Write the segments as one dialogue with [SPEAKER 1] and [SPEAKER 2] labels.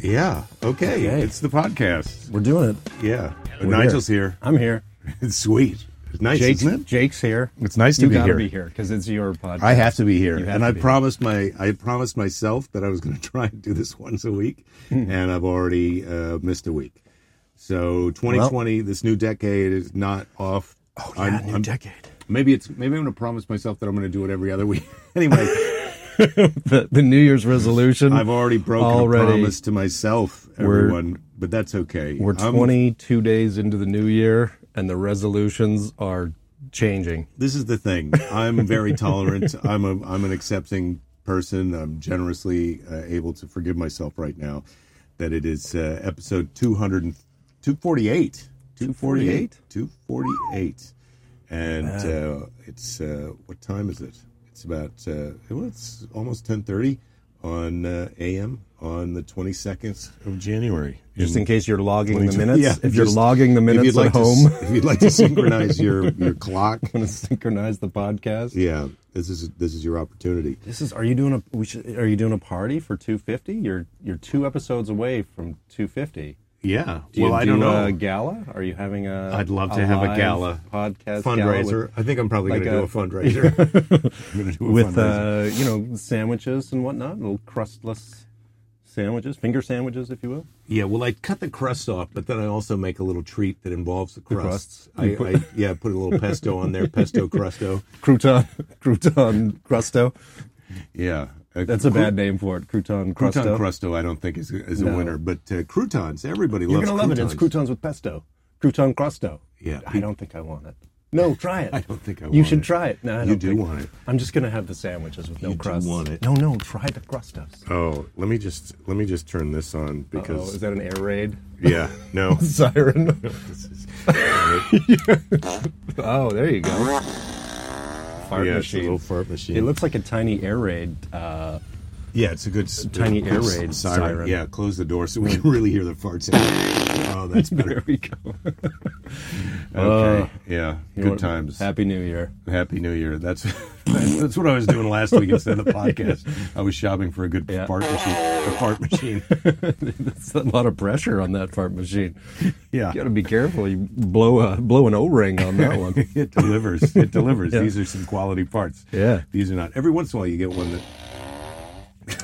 [SPEAKER 1] Yeah. Okay.
[SPEAKER 2] Okay.
[SPEAKER 1] It's the podcast.
[SPEAKER 2] We're doing it.
[SPEAKER 1] Yeah.
[SPEAKER 2] We're
[SPEAKER 1] Nigel's here.
[SPEAKER 2] I'm here.
[SPEAKER 1] It's sweet. It's nice,
[SPEAKER 3] Jake's,
[SPEAKER 1] isn't it?
[SPEAKER 3] Jake's here.
[SPEAKER 1] It's nice to
[SPEAKER 3] you
[SPEAKER 1] be
[SPEAKER 3] gotta
[SPEAKER 1] here.
[SPEAKER 3] be here because it's your podcast.
[SPEAKER 1] I have to be here,
[SPEAKER 3] You have
[SPEAKER 1] and
[SPEAKER 3] to
[SPEAKER 1] I
[SPEAKER 3] be here.
[SPEAKER 1] promised my I promised myself that I was going to try and do this once a week,
[SPEAKER 3] Hmm.
[SPEAKER 1] and I've already uh, missed a week. So 2020, this new decade is not off. Oh yeah,
[SPEAKER 2] new decade.
[SPEAKER 1] Maybe it's maybe I'm going to promise myself that I'm going to do it every other week. anyway,
[SPEAKER 3] the, the New Year's resolution.
[SPEAKER 1] I've already broken
[SPEAKER 3] Already.
[SPEAKER 1] a promise to myself,
[SPEAKER 3] We're-
[SPEAKER 1] everyone, but that's okay.
[SPEAKER 3] We're
[SPEAKER 1] I'm-
[SPEAKER 3] 22 days into the new year, and the resolutions are changing.
[SPEAKER 1] this is the thing. I'm very tolerant. I'm a I'm an accepting person. I'm generously uh, able to forgive myself right now that it is uh, episode 200 and 248. 248. 248. And uh, it's uh, what time is it? It's about uh, well, it's almost 10:30 on uh, AM on the 22nd of January.
[SPEAKER 3] Just
[SPEAKER 1] In-
[SPEAKER 3] in case you're logging the minutes,
[SPEAKER 1] Mm. Yeah,
[SPEAKER 3] if you're
[SPEAKER 1] just-
[SPEAKER 3] logging the
[SPEAKER 1] if you'd
[SPEAKER 3] minutes
[SPEAKER 1] like
[SPEAKER 3] at
[SPEAKER 1] to
[SPEAKER 3] home,
[SPEAKER 1] s- if you'd like to synchronize your your clock
[SPEAKER 3] want to synchronize the podcast.
[SPEAKER 1] yeah, this is this is your opportunity.
[SPEAKER 3] This is. Are you doing a? We should, are you doing a party for 250? You're you're two episodes away from 250.
[SPEAKER 1] Yeah.
[SPEAKER 3] Do you do A gala? Are you having a?
[SPEAKER 1] I'd love to have a
[SPEAKER 3] live
[SPEAKER 1] gala.
[SPEAKER 3] podcast gala with-
[SPEAKER 1] fundraiser. I think I'm probably
[SPEAKER 3] like
[SPEAKER 1] going to do
[SPEAKER 3] a-
[SPEAKER 1] a fundraiser. I'm going to do a
[SPEAKER 3] with
[SPEAKER 1] fundraiser.
[SPEAKER 3] uh, you know sandwiches and whatnot, little crustless sandwiches, finger sandwiches, if you will.
[SPEAKER 1] yeah. Well, I cut the crust off, but then I also make a little treat that involves the crusts.
[SPEAKER 3] crusts.
[SPEAKER 1] I, I, yeah, put a little pesto on there, pesto crusto.
[SPEAKER 3] Crouton, crouton crusto.
[SPEAKER 1] Yeah,
[SPEAKER 3] That's a bad name for it. Crouton crusto.
[SPEAKER 1] Crouton crusto, I don't think is, is a
[SPEAKER 3] No.
[SPEAKER 1] winner, but uh, croutons. Everybody
[SPEAKER 3] You're
[SPEAKER 1] loves
[SPEAKER 3] gonna love
[SPEAKER 1] croutons.
[SPEAKER 3] it. It's croutons with pesto. Crouton crusto.
[SPEAKER 1] Yeah.
[SPEAKER 3] I don't think I want it. No, try it.
[SPEAKER 1] I don't think I
[SPEAKER 3] You
[SPEAKER 1] want
[SPEAKER 3] should
[SPEAKER 1] it.
[SPEAKER 3] try it. No, I
[SPEAKER 1] You
[SPEAKER 3] don't
[SPEAKER 1] do
[SPEAKER 3] think-
[SPEAKER 1] want it.
[SPEAKER 3] I'm just gonna have the sandwiches with no
[SPEAKER 1] You do
[SPEAKER 3] crust.
[SPEAKER 1] want it.
[SPEAKER 3] No, no, try the crustos.
[SPEAKER 1] Oh, let me just let me just turn this on
[SPEAKER 3] Oh,
[SPEAKER 1] because
[SPEAKER 3] is that an air raid
[SPEAKER 1] yeah, no.
[SPEAKER 3] siren?
[SPEAKER 1] This is-
[SPEAKER 3] oh, there you go. Fart
[SPEAKER 1] yeah, it's a
[SPEAKER 3] machine.
[SPEAKER 1] little fart machine.
[SPEAKER 3] It looks like a tiny air raid. Uh,
[SPEAKER 1] Yeah, it's a good s-
[SPEAKER 3] tiny
[SPEAKER 1] good
[SPEAKER 3] air
[SPEAKER 1] s-
[SPEAKER 3] raid
[SPEAKER 1] siren.
[SPEAKER 3] siren.
[SPEAKER 1] Yeah, close the door so we can really hear the farts. oh, that's better.
[SPEAKER 3] there we go.
[SPEAKER 1] Okay, yeah,
[SPEAKER 3] Uh, You know
[SPEAKER 1] good
[SPEAKER 3] what?
[SPEAKER 1] times. Happy,
[SPEAKER 3] Happy New Year.
[SPEAKER 1] New Year. That's that's what I was doing last week instead of the podcast. I was shopping for a good
[SPEAKER 3] Yeah.
[SPEAKER 1] fart machine. A fart machine.
[SPEAKER 3] That's a lot of pressure on that fart machine.
[SPEAKER 1] Yeah.
[SPEAKER 3] You got to be careful. You blow a blow an O-ring on that one.
[SPEAKER 1] It delivers. It delivers.
[SPEAKER 3] Yeah.
[SPEAKER 1] These are some quality parts.
[SPEAKER 3] Yeah.
[SPEAKER 1] These are not. Every once in a while, you get one that.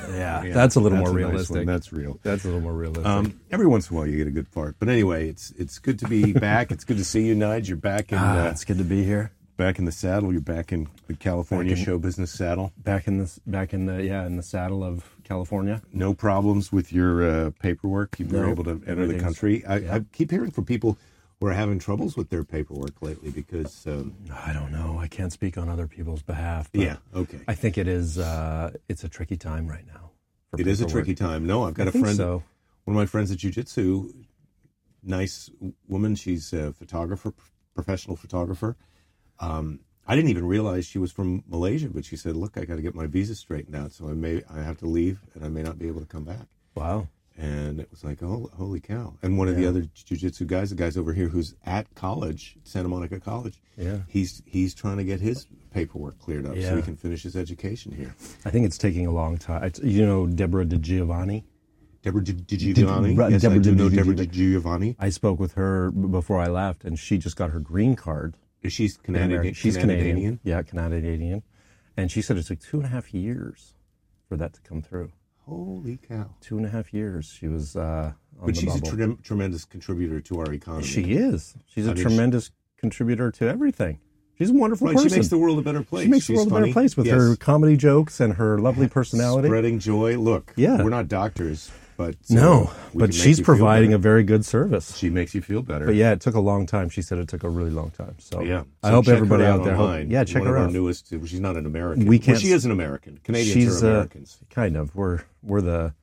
[SPEAKER 3] Yeah,
[SPEAKER 1] yeah,
[SPEAKER 3] that's a little more
[SPEAKER 1] nice one.
[SPEAKER 3] realistic.
[SPEAKER 1] That's real.
[SPEAKER 3] that's a little more realistic.
[SPEAKER 1] Um, every once in a while, you get a good fart. But anyway, it's it's good to be back. it's good to see you, Nige. You're back in.
[SPEAKER 3] Ah,
[SPEAKER 1] uh,
[SPEAKER 3] it's good to be here.
[SPEAKER 1] back in the saddle. You're back in the California
[SPEAKER 3] Back in-
[SPEAKER 1] show business saddle.
[SPEAKER 3] Back in this, back in the yeah, in the saddle of California.
[SPEAKER 1] No problems with your uh, paperwork. You were
[SPEAKER 3] No,
[SPEAKER 1] able to enter the
[SPEAKER 3] everything's-
[SPEAKER 1] country. I, I keep hearing from people who are having troubles with their paperwork lately because um,
[SPEAKER 3] I don't know. I can't speak on other people's behalf. But
[SPEAKER 1] yeah, okay,
[SPEAKER 3] I think it is. Uh, it's a tricky time right now. for
[SPEAKER 1] it is a
[SPEAKER 3] paperwork.
[SPEAKER 1] tricky time. No, I've got
[SPEAKER 3] I
[SPEAKER 1] a
[SPEAKER 3] think
[SPEAKER 1] friend,
[SPEAKER 3] So
[SPEAKER 1] one of my friends at jujitsu, nice woman. She's a photographer, professional photographer. Um, I didn't even realize she was from Malaysia, but she said, "Look, I got to get my visa straightened out, so I may I have to leave, and I may not be able to come back."
[SPEAKER 3] wow.
[SPEAKER 1] and it was like, oh, holy cow! And one of the other jujitsu guys, the guys over here who's at college, Santa Monica College,
[SPEAKER 3] Yeah.
[SPEAKER 1] he's he's trying to get his paperwork cleared up so
[SPEAKER 3] Yeah.
[SPEAKER 1] he can finish his education here.
[SPEAKER 3] I think it's taking a long time. It's, you know, Deborah DiGiovanni.
[SPEAKER 1] Deborah Di- Di Giovanni,
[SPEAKER 3] right,
[SPEAKER 1] yes, I
[SPEAKER 3] Deborah
[SPEAKER 1] do
[SPEAKER 3] Di-
[SPEAKER 1] know
[SPEAKER 3] Di-
[SPEAKER 1] Deborah
[SPEAKER 3] Di-
[SPEAKER 1] Di Giovanni.
[SPEAKER 3] I spoke with her b- before I left, and she just got her green card.
[SPEAKER 1] She's
[SPEAKER 3] in
[SPEAKER 1] Canadian.
[SPEAKER 3] America. She's
[SPEAKER 1] Canadian.
[SPEAKER 3] Canadian. Yeah, Canadian. And she said it took two and a half years for that to come through.
[SPEAKER 1] Holy cow!
[SPEAKER 3] Two and a half years. She was uh, on
[SPEAKER 1] But
[SPEAKER 3] the
[SPEAKER 1] she's
[SPEAKER 3] bubble.
[SPEAKER 1] a trem- tremendous contributor to our economy.
[SPEAKER 3] she is. She's a
[SPEAKER 1] I mean, she-
[SPEAKER 3] tremendous contributor to everything. She's a wonderful
[SPEAKER 1] Right,
[SPEAKER 3] person.
[SPEAKER 1] she makes the world a better place.
[SPEAKER 3] She makes the
[SPEAKER 1] She's
[SPEAKER 3] world a
[SPEAKER 1] funny.
[SPEAKER 3] better place with
[SPEAKER 1] Yes.
[SPEAKER 3] her comedy jokes and her lovely personality.
[SPEAKER 1] spreading joy. Look,
[SPEAKER 3] Yeah.
[SPEAKER 1] we're not doctors, but uh,
[SPEAKER 3] no,
[SPEAKER 1] we can
[SPEAKER 3] but
[SPEAKER 1] make
[SPEAKER 3] she's
[SPEAKER 1] you feel
[SPEAKER 3] providing a
[SPEAKER 1] better.
[SPEAKER 3] very good service.
[SPEAKER 1] She makes you feel better.
[SPEAKER 3] But yeah, it took a long time. She said it took a really long time. So
[SPEAKER 1] Yeah,
[SPEAKER 3] I
[SPEAKER 1] So
[SPEAKER 3] hope
[SPEAKER 1] check her
[SPEAKER 3] everybody
[SPEAKER 1] out
[SPEAKER 3] out there.
[SPEAKER 1] Online.
[SPEAKER 3] yeah, check
[SPEAKER 1] One
[SPEAKER 3] her
[SPEAKER 1] of our
[SPEAKER 3] out.
[SPEAKER 1] newest. She's not an American.
[SPEAKER 3] We
[SPEAKER 1] Well,
[SPEAKER 3] can't-
[SPEAKER 1] she is an American. Canadians
[SPEAKER 3] She's
[SPEAKER 1] are
[SPEAKER 3] uh,
[SPEAKER 1] Americans.
[SPEAKER 3] kind of. We're we're the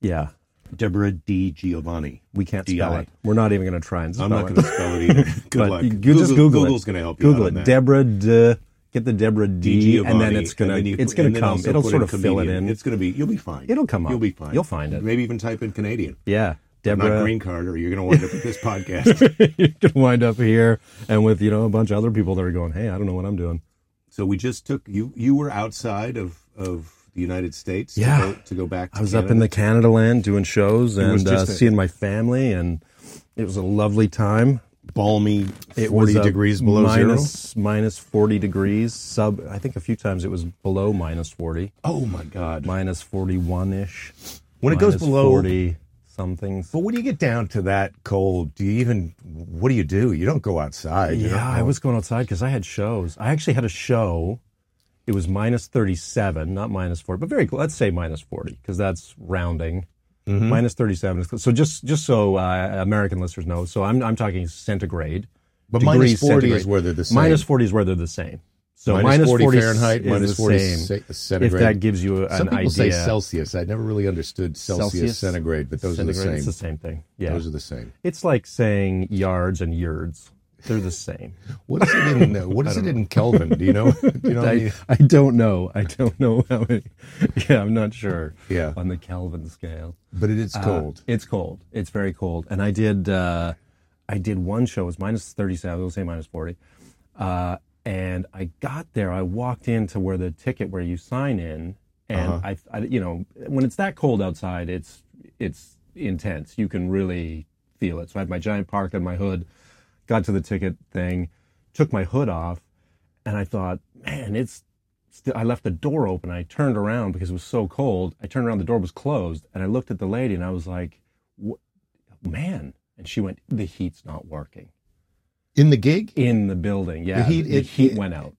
[SPEAKER 3] yeah.
[SPEAKER 1] Deborah D. Giovanni.
[SPEAKER 3] We can't
[SPEAKER 1] DI.
[SPEAKER 3] spell it. We're not even going to try and
[SPEAKER 1] I'm
[SPEAKER 3] spell
[SPEAKER 1] not
[SPEAKER 3] it.
[SPEAKER 1] going to spell it either. Good
[SPEAKER 3] but
[SPEAKER 1] luck.
[SPEAKER 3] you just Google it.
[SPEAKER 1] Google's going to help you
[SPEAKER 3] Google
[SPEAKER 1] out
[SPEAKER 3] it.
[SPEAKER 1] on that.
[SPEAKER 3] Deborah de get the Deborah D,
[SPEAKER 1] DiGiovanni,
[SPEAKER 3] and then it's gonna
[SPEAKER 1] and then you-
[SPEAKER 3] it's gonna
[SPEAKER 1] and then
[SPEAKER 3] come.
[SPEAKER 1] also
[SPEAKER 3] It'll
[SPEAKER 1] put
[SPEAKER 3] sort of fill it
[SPEAKER 1] comedian.
[SPEAKER 3] in.
[SPEAKER 1] It's gonna be you'll be fine.
[SPEAKER 3] It'll come up.
[SPEAKER 1] You'll be fine.
[SPEAKER 3] You'll find it.
[SPEAKER 1] Maybe even type in Canadian.
[SPEAKER 3] yeah,
[SPEAKER 1] Not
[SPEAKER 3] Deborah.
[SPEAKER 1] green card, or you're gonna wind up with this podcast.
[SPEAKER 3] you can wind up here and with you know a bunch of other people that are going, hey, I don't know what I'm doing.
[SPEAKER 1] so we just took you. You were outside of of the United States.
[SPEAKER 3] Yeah.
[SPEAKER 1] To go, to go back. To
[SPEAKER 3] I was up in the Canada land doing
[SPEAKER 1] was
[SPEAKER 3] shows and uh,
[SPEAKER 1] just a-
[SPEAKER 3] seeing my family, and it was a lovely time.
[SPEAKER 1] balmy
[SPEAKER 3] It
[SPEAKER 1] forty
[SPEAKER 3] was uh,
[SPEAKER 1] degrees below zero.
[SPEAKER 3] minus- minus 40 degrees sub. I think a few times it was below minus 40,
[SPEAKER 1] Oh my God!
[SPEAKER 3] minus 41 ish.
[SPEAKER 1] When it goes below-
[SPEAKER 3] 40 something.
[SPEAKER 1] But when you get down to that cold, do you even? What do you do? You don't go outside. you
[SPEAKER 3] Yeah,
[SPEAKER 1] don't-
[SPEAKER 3] I was going outside because I had shows. I actually had a show. It was minus 37, not minus 40, but very close. Let's say minus 40 because that's rounding.
[SPEAKER 1] Mm-hmm.
[SPEAKER 3] Minus 37. is close. So just just so uh, American listeners know, so I'm, I'm talking centigrade.
[SPEAKER 1] But minus
[SPEAKER 3] degrees
[SPEAKER 1] forty is
[SPEAKER 3] centigrade.
[SPEAKER 1] where they're the same.
[SPEAKER 3] Minus 40 is where they're the same. So
[SPEAKER 1] Minus
[SPEAKER 3] minus
[SPEAKER 1] 40
[SPEAKER 3] 40 is-
[SPEAKER 1] Fahrenheit,
[SPEAKER 3] is
[SPEAKER 1] minus
[SPEAKER 3] the
[SPEAKER 1] 40
[SPEAKER 3] same,
[SPEAKER 1] ce-
[SPEAKER 3] If
[SPEAKER 1] centigrade.
[SPEAKER 3] that gives you an
[SPEAKER 1] Some people
[SPEAKER 3] idea.
[SPEAKER 1] say Celsius. I never really understood Celsius,
[SPEAKER 3] Celsius,
[SPEAKER 1] centigrade, but those are the
[SPEAKER 3] Centigrade,
[SPEAKER 1] same.
[SPEAKER 3] It's the same thing. Yeah.
[SPEAKER 1] Those are the same.
[SPEAKER 3] It's like saying yards and yurds. They're the same.
[SPEAKER 1] What is it in uh, What is it in Kelvin? Do you know? Do you know? what I mean?
[SPEAKER 3] I, I don't know. I don't know how many. Yeah, I'm not sure.
[SPEAKER 1] Yeah.
[SPEAKER 3] On the Kelvin scale.
[SPEAKER 1] But it
[SPEAKER 3] uh,
[SPEAKER 1] is cold.
[SPEAKER 3] It's cold. It's very cold. And I did uh, I did one show. It was minus 37. We'll say minus 40. Uh, and I got there. I walked into where the ticket where you sign in. And
[SPEAKER 1] Uh-huh.
[SPEAKER 3] I, I, you know, when it's that cold outside, it's it's intense. You can really feel it. So I had my giant park and my hood. Got to the ticket thing, took my hood off, and I thought, man, it's st- I left the door open. I turned around because it was so cold. I turned around, the door was closed, and I looked at the lady and I was like, "Wha- man. And she went, the heat's not working
[SPEAKER 1] in the gig,
[SPEAKER 3] in the building. Yeah, the
[SPEAKER 1] heat-
[SPEAKER 3] heat,
[SPEAKER 1] it- it-
[SPEAKER 3] went out.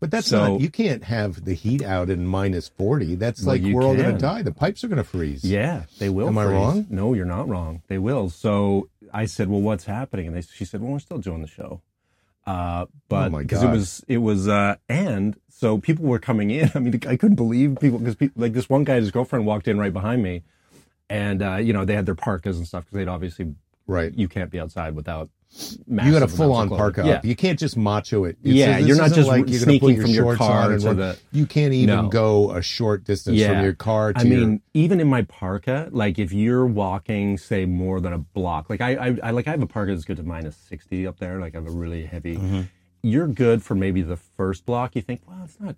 [SPEAKER 1] but that's
[SPEAKER 3] so-
[SPEAKER 1] not. You can't have the heat out in minus forty. That's
[SPEAKER 3] Well,
[SPEAKER 1] like
[SPEAKER 3] you
[SPEAKER 1] we're all going to
[SPEAKER 3] can.
[SPEAKER 1] die. The pipes are going to freeze.
[SPEAKER 3] Yeah, they will.
[SPEAKER 1] Am I
[SPEAKER 3] freeze.
[SPEAKER 1] wrong?
[SPEAKER 3] No, you're not wrong. They will. So I said, well, what's happening? And they, she said, well, we're still doing the show. Uh, but
[SPEAKER 1] Oh my
[SPEAKER 3] because it
[SPEAKER 1] God.
[SPEAKER 3] was, it was, uh, and so people were coming in. I mean, I couldn't believe people because people, like this one guy, and his girlfriend walked in right behind me, and uh, you know they had their parkas and stuff because they'd obviously
[SPEAKER 1] Right.
[SPEAKER 3] you can't be outside without.
[SPEAKER 1] you
[SPEAKER 3] massive
[SPEAKER 1] got a
[SPEAKER 3] amounts of
[SPEAKER 1] full on
[SPEAKER 3] clothing.
[SPEAKER 1] parka
[SPEAKER 3] Yeah.
[SPEAKER 1] up. You can't just macho it.
[SPEAKER 3] Yeah,
[SPEAKER 1] this
[SPEAKER 3] you're not
[SPEAKER 1] isn't
[SPEAKER 3] just
[SPEAKER 1] like you're gonna put
[SPEAKER 3] sneaking
[SPEAKER 1] your
[SPEAKER 3] from your
[SPEAKER 1] shorts
[SPEAKER 3] car
[SPEAKER 1] on and
[SPEAKER 3] to
[SPEAKER 1] run.
[SPEAKER 3] the-
[SPEAKER 1] You can't even
[SPEAKER 3] No.
[SPEAKER 1] go a short distance from
[SPEAKER 3] Yeah.
[SPEAKER 1] your car to
[SPEAKER 3] I
[SPEAKER 1] your.
[SPEAKER 3] mean, even in my parka, like if you're walking, say more than a block, like I, I, I like I have a parka that's good to minus sixty up there. Like I have a really heavy.
[SPEAKER 1] Mm-hmm.
[SPEAKER 3] You're good for maybe the first block. You think, well, it's not,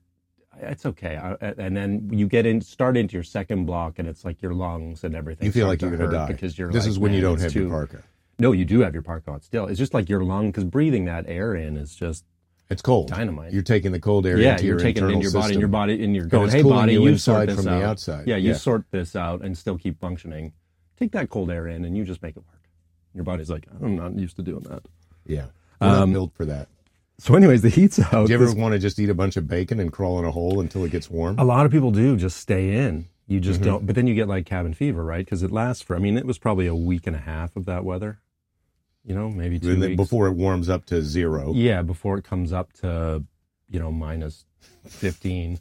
[SPEAKER 3] it's okay. I, and then you get in, start into your second block, and it's like your lungs and everything.
[SPEAKER 1] you feel
[SPEAKER 3] start
[SPEAKER 1] like you're going to
[SPEAKER 3] hurt
[SPEAKER 1] die
[SPEAKER 3] because you're.
[SPEAKER 1] This
[SPEAKER 3] like,
[SPEAKER 1] is when you
[SPEAKER 3] "Man,
[SPEAKER 1] don't
[SPEAKER 3] it's
[SPEAKER 1] have your
[SPEAKER 3] too-"
[SPEAKER 1] parka.
[SPEAKER 3] No, you do have your parka on still. It's just like your lung because breathing that air in is just
[SPEAKER 1] It's cold.
[SPEAKER 3] Dynamite.
[SPEAKER 1] You're taking the cold air
[SPEAKER 3] yeah,
[SPEAKER 1] into
[SPEAKER 3] you're
[SPEAKER 1] your
[SPEAKER 3] taking it
[SPEAKER 1] internal
[SPEAKER 3] into your body, and
[SPEAKER 1] system.
[SPEAKER 3] your body, and you're going,
[SPEAKER 1] it's
[SPEAKER 3] "Hey,
[SPEAKER 1] cooling
[SPEAKER 3] body,
[SPEAKER 1] you
[SPEAKER 3] you,
[SPEAKER 1] inside
[SPEAKER 3] sort this
[SPEAKER 1] from the
[SPEAKER 3] out.
[SPEAKER 1] outside.
[SPEAKER 3] Yeah, you
[SPEAKER 1] Yeah.
[SPEAKER 3] sort this out and still keep functioning. Take that cold air in, and you just make it work. Your body's like, I'm not used to doing that.
[SPEAKER 1] Yeah. We're
[SPEAKER 3] Um,
[SPEAKER 1] not built for that.
[SPEAKER 3] So, anyways, the heat's out.
[SPEAKER 1] Do you ever want to just eat a bunch of bacon and crawl in a hole until it gets warm?
[SPEAKER 3] a lot of people do just stay in. You just
[SPEAKER 1] Mm-hmm.
[SPEAKER 3] don't, but then you get like cabin fever, right? Because it lasts for. I mean, it was probably a week and a half of that weather. You know, maybe two
[SPEAKER 1] And then
[SPEAKER 3] weeks.
[SPEAKER 1] before it warms up to zero.
[SPEAKER 3] yeah, before it comes up to, you know, minus fifteen.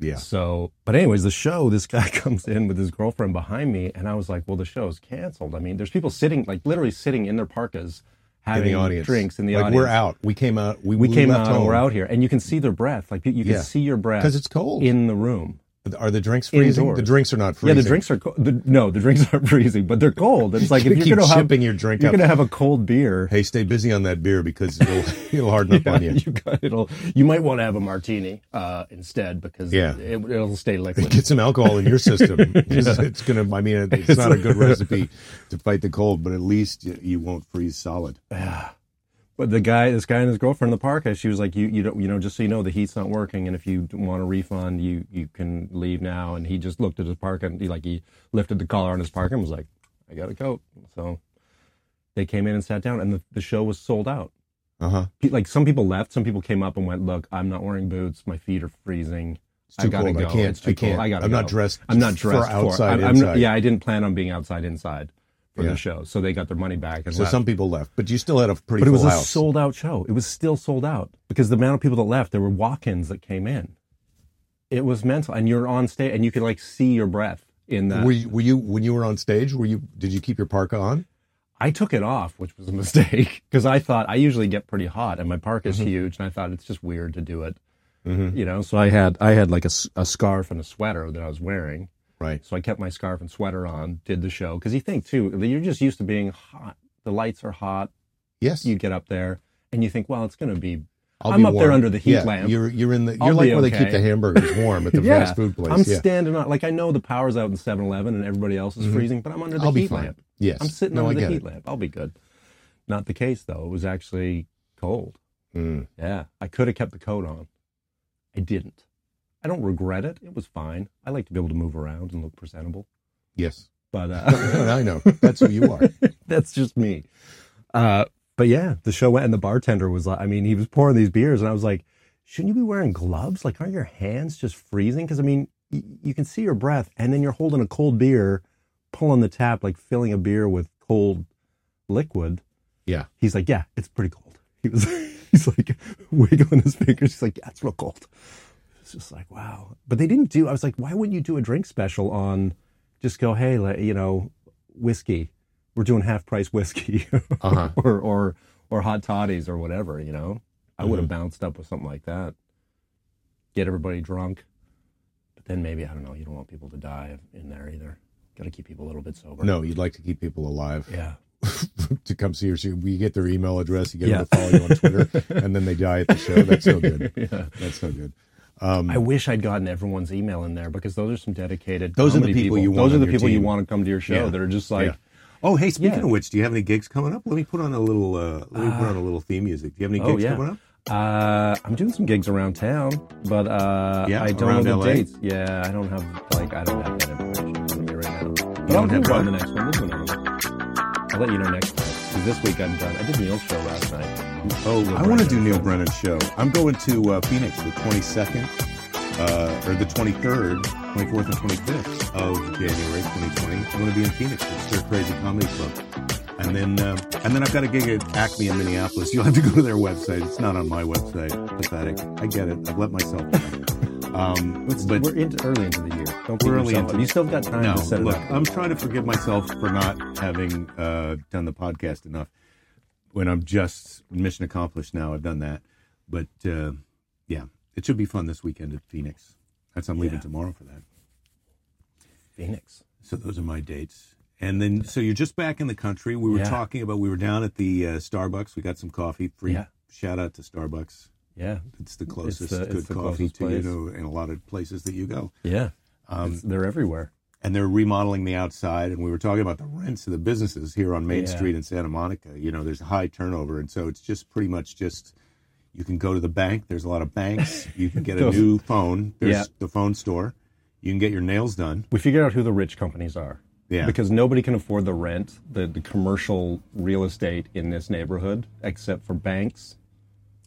[SPEAKER 1] Yeah.
[SPEAKER 3] So, but anyways, the show, this guy comes in with his girlfriend behind me, and I was like, well, the show's canceled. I mean, there's people sitting, like literally sitting in their parkas,
[SPEAKER 1] In
[SPEAKER 3] having
[SPEAKER 1] the audience.
[SPEAKER 3] drinks in the
[SPEAKER 1] like,
[SPEAKER 3] audience.
[SPEAKER 1] We're out. We came out. We,
[SPEAKER 3] We came
[SPEAKER 1] left
[SPEAKER 3] out and
[SPEAKER 1] home
[SPEAKER 3] we're out here, and you can see their breath. Like you, you can
[SPEAKER 1] Yeah.
[SPEAKER 3] see your breath
[SPEAKER 1] because it's cold.
[SPEAKER 3] in the room.
[SPEAKER 1] are the drinks freezing?
[SPEAKER 3] Indoors.
[SPEAKER 1] The drinks are not
[SPEAKER 3] Yeah,
[SPEAKER 1] freezing.
[SPEAKER 3] the drinks are cold. The, no, the drinks aren't freezing, but they're cold. It's like
[SPEAKER 1] You
[SPEAKER 3] if
[SPEAKER 1] keep
[SPEAKER 3] you're gonna have
[SPEAKER 1] shipping your drink
[SPEAKER 3] you're
[SPEAKER 1] up.
[SPEAKER 3] gonna have a cold beer.
[SPEAKER 1] Hey, stay busy on that beer because it'll, it'll harden up on you.
[SPEAKER 3] You got, it'll. You might want to have a martini uh, instead because
[SPEAKER 1] Yeah.
[SPEAKER 3] it, it'll stay liquid.
[SPEAKER 1] Get some alcohol in your system. It's- It's gonna. I mean, it- it's not a good recipe to fight the cold, but at least you, you won't freeze solid.
[SPEAKER 3] But the guy, this guy and his girlfriend in the park, she was like, "You, you don't, you know, just so you know, the heat's not working, and if you want a refund, you, you can leave now." And he just looked at his park and he like he lifted the collar on his park and was like, "I got a coat." So they came in and sat down, and the, the show was sold out.
[SPEAKER 1] Uh huh.
[SPEAKER 3] Pe- Like some people left, some people came up and went, "Look, I'm not wearing boots. My feet are freezing.
[SPEAKER 1] It's too
[SPEAKER 3] I gotta
[SPEAKER 1] cold.
[SPEAKER 3] go.
[SPEAKER 1] I can't.
[SPEAKER 3] It's too
[SPEAKER 1] I can't.
[SPEAKER 3] cold. I gotta
[SPEAKER 1] I'm not
[SPEAKER 3] go.
[SPEAKER 1] dressed.
[SPEAKER 3] I'm not dressed
[SPEAKER 1] for outside.
[SPEAKER 3] I'm, I'm
[SPEAKER 1] inside.
[SPEAKER 3] not, yeah, I didn't plan on being outside inside for
[SPEAKER 1] Yeah.
[SPEAKER 3] the show, so they got their money back and
[SPEAKER 1] So
[SPEAKER 3] left.
[SPEAKER 1] some people left, but you still had a pretty
[SPEAKER 3] But it
[SPEAKER 1] full
[SPEAKER 3] was a
[SPEAKER 1] house.
[SPEAKER 3] sold out show. It was still sold out because the amount of people that left, there were walk ins that came in. It was mental. And you're on stage and you could like see your breath in that.
[SPEAKER 1] were, you, were you when you were on stage? Were you? Did you keep your parka on?
[SPEAKER 3] I took it off, which was a mistake because I thought I usually get pretty hot and my park is huge, and I thought it's just weird to do it,
[SPEAKER 1] Mm-hmm.
[SPEAKER 3] you know. Mm-hmm. So I had I had like a, s- a scarf and a sweater that I was wearing,
[SPEAKER 1] Right.
[SPEAKER 3] so I kept my scarf and sweater on, did the show because you think too that you're just used to being hot. The lights are hot.
[SPEAKER 1] Yes.
[SPEAKER 3] You get up there and you think, well, it's going to be.
[SPEAKER 1] I'll
[SPEAKER 3] I'm
[SPEAKER 1] be
[SPEAKER 3] up there
[SPEAKER 1] warm.
[SPEAKER 3] under the heat
[SPEAKER 1] Yeah,
[SPEAKER 3] lamp.
[SPEAKER 1] You're you're in the you're
[SPEAKER 3] I'll
[SPEAKER 1] like
[SPEAKER 3] be
[SPEAKER 1] where they keep
[SPEAKER 3] okay.
[SPEAKER 1] the hamburgers warm at the
[SPEAKER 3] Yeah,
[SPEAKER 1] fast food place.
[SPEAKER 3] I'm
[SPEAKER 1] yeah. Mm-hmm.
[SPEAKER 3] standing on like I know the power's out in 7-Eleven and everybody else is freezing, but I'm under the
[SPEAKER 1] I'll
[SPEAKER 3] heat
[SPEAKER 1] be fine.
[SPEAKER 3] lamp.
[SPEAKER 1] Yes.
[SPEAKER 3] I'm sitting
[SPEAKER 1] no, I
[SPEAKER 3] under the
[SPEAKER 1] get
[SPEAKER 3] heat
[SPEAKER 1] it.
[SPEAKER 3] lamp. I'll be good. Not the case though. It was actually cold.
[SPEAKER 1] Mm.
[SPEAKER 3] Yeah, I could have kept the coat on. I didn't. I don't regret it. It was fine. I like to be able to move around and look presentable.
[SPEAKER 1] Yes.
[SPEAKER 3] But uh,
[SPEAKER 1] I know. That's who you are.
[SPEAKER 3] that's just me. Uh, but yeah, the show went and the bartender was like, I mean, he was pouring these beers, and I was like, shouldn't you be wearing gloves? Like, aren't your hands just freezing? Because I mean, y- you can see your breath, and then you're holding a cold beer, pulling the tap, like filling a beer with cold liquid.
[SPEAKER 1] Yeah.
[SPEAKER 3] He's like, yeah, it's pretty cold. He was, he's like wiggling his fingers. He's like, yeah, it's real cold. It's just like, wow. But they didn't do, I was like, why wouldn't you do a drink special on just go, hey, like, you know, whiskey. We're doing half price whiskey
[SPEAKER 1] Uh-huh.
[SPEAKER 3] or, or, or hot toddies or whatever, you know? I would have bounced up with something like that. Get everybody drunk. But then maybe, I don't know, you don't want people to die in there either. Got to keep people a little bit sober.
[SPEAKER 1] No, you'd like to keep people alive
[SPEAKER 3] Yeah.
[SPEAKER 1] to come see your show. We get their email address, you get
[SPEAKER 3] Yeah.
[SPEAKER 1] them to follow you on Twitter, and then they die at the show. That's no good.
[SPEAKER 3] yeah.
[SPEAKER 1] That's no good. Hmm.
[SPEAKER 3] I wish I'd gotten everyone's email in there because those are some dedicated.
[SPEAKER 1] Those are the
[SPEAKER 3] comedy
[SPEAKER 1] people you want
[SPEAKER 3] Those are
[SPEAKER 1] on
[SPEAKER 3] the
[SPEAKER 1] your
[SPEAKER 3] people you
[SPEAKER 1] team.
[SPEAKER 3] want to come to your show
[SPEAKER 1] Yeah.
[SPEAKER 3] that are just like,
[SPEAKER 1] Yeah. Oh, hey, speaking
[SPEAKER 3] Yeah.
[SPEAKER 1] of which, do you have any gigs coming up? Let me put on a little uh, let me put on a little theme music. Do you have any
[SPEAKER 3] oh
[SPEAKER 1] gigs
[SPEAKER 3] yeah.
[SPEAKER 1] coming up?
[SPEAKER 3] Uh, I'm doing some gigs around town, but uh,
[SPEAKER 1] Yeah,
[SPEAKER 3] I don't
[SPEAKER 1] around
[SPEAKER 3] know the
[SPEAKER 1] LA?
[SPEAKER 3] dates. Yeah, I don't have like I don't have that information in front of me right now. But
[SPEAKER 1] don't
[SPEAKER 3] I'll do
[SPEAKER 1] have
[SPEAKER 3] it
[SPEAKER 1] what?
[SPEAKER 3] on the next one. There's another one. I'll let you know next time. 'Cause This week I'm done. I did Neil's show last night.
[SPEAKER 1] Oh,
[SPEAKER 3] Neil
[SPEAKER 1] I want to
[SPEAKER 3] Brennan's
[SPEAKER 1] do Neil
[SPEAKER 3] show.
[SPEAKER 1] Brennan's show. I'm going to uh, Phoenix the 22nd, uh, or the 23rd, 24th, and 25th of January 2020. I'm going to be in Phoenix at Stir Crazy Comedy Club, and then uh, and then I've got a gig at Acme in Minneapolis. You'll have to go to their website. It's not on my website. Pathetic. I get it. I've let myself. down. Um,
[SPEAKER 3] It's-
[SPEAKER 1] but
[SPEAKER 3] we're into, early into the year. Don't beat
[SPEAKER 1] We're early
[SPEAKER 3] yourself
[SPEAKER 1] into-
[SPEAKER 3] up. You still got time
[SPEAKER 1] no,
[SPEAKER 3] to set
[SPEAKER 1] look,
[SPEAKER 3] it up.
[SPEAKER 1] I'm trying to forgive myself for not having uh, done the podcast enough. When I'm just mission accomplished now, I've done that. But uh, yeah, it should be fun this weekend at Phoenix. That's I'm leaving
[SPEAKER 3] Yeah.
[SPEAKER 1] tomorrow for that.
[SPEAKER 3] Phoenix.
[SPEAKER 1] So those are my dates. And then, so you're just back in the country. We were
[SPEAKER 3] Yeah.
[SPEAKER 1] talking about we were down at the uh, Starbucks. We got some coffee. Free
[SPEAKER 3] Yeah.
[SPEAKER 1] shout out to Starbucks.
[SPEAKER 3] Yeah.
[SPEAKER 1] It's the closest
[SPEAKER 3] the- it's
[SPEAKER 1] good
[SPEAKER 3] the
[SPEAKER 1] coffee
[SPEAKER 3] closest
[SPEAKER 1] to you
[SPEAKER 3] place.
[SPEAKER 1] know in a lot of places that you go.
[SPEAKER 3] Yeah. It's- they're everywhere.
[SPEAKER 1] and they're remodeling the outside and we were talking about the rents of the businesses here on main
[SPEAKER 3] Yeah.
[SPEAKER 1] street in santa monica you know there's high turnover and so it's just pretty much just you can go to the bank there's a lot of banks you can get a
[SPEAKER 3] Those-
[SPEAKER 1] new phone there's
[SPEAKER 3] Yeah.
[SPEAKER 1] the phone store you can get your nails done
[SPEAKER 3] we figured out who the rich companies are.
[SPEAKER 1] Yeah.
[SPEAKER 3] Because nobody can afford the rent, the, the commercial real estate in this neighborhood, except for banks,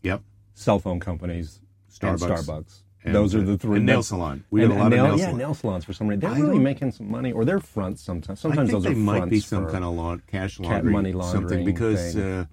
[SPEAKER 1] yep
[SPEAKER 3] cell phone companies, and
[SPEAKER 1] Starbucks.
[SPEAKER 3] Starbucks.
[SPEAKER 1] And,
[SPEAKER 3] Those are
[SPEAKER 1] uh,
[SPEAKER 3] the three.
[SPEAKER 1] and nail
[SPEAKER 3] that's-
[SPEAKER 1] salon. We
[SPEAKER 3] and-
[SPEAKER 1] got a
[SPEAKER 3] and
[SPEAKER 1] lot of nail
[SPEAKER 3] yeah,
[SPEAKER 1] salon.
[SPEAKER 3] nail salons for some reason. They're
[SPEAKER 1] I
[SPEAKER 3] really
[SPEAKER 1] don't-
[SPEAKER 3] making some money, or they're fronts sometimes.
[SPEAKER 1] i
[SPEAKER 3] Sometimes
[SPEAKER 1] think
[SPEAKER 3] those
[SPEAKER 1] they
[SPEAKER 3] are
[SPEAKER 1] might be
[SPEAKER 3] fronts
[SPEAKER 1] some
[SPEAKER 3] for-
[SPEAKER 1] kind of laun- cash laundry
[SPEAKER 3] money
[SPEAKER 1] something
[SPEAKER 3] laundering
[SPEAKER 1] because
[SPEAKER 3] thing.
[SPEAKER 1] uh,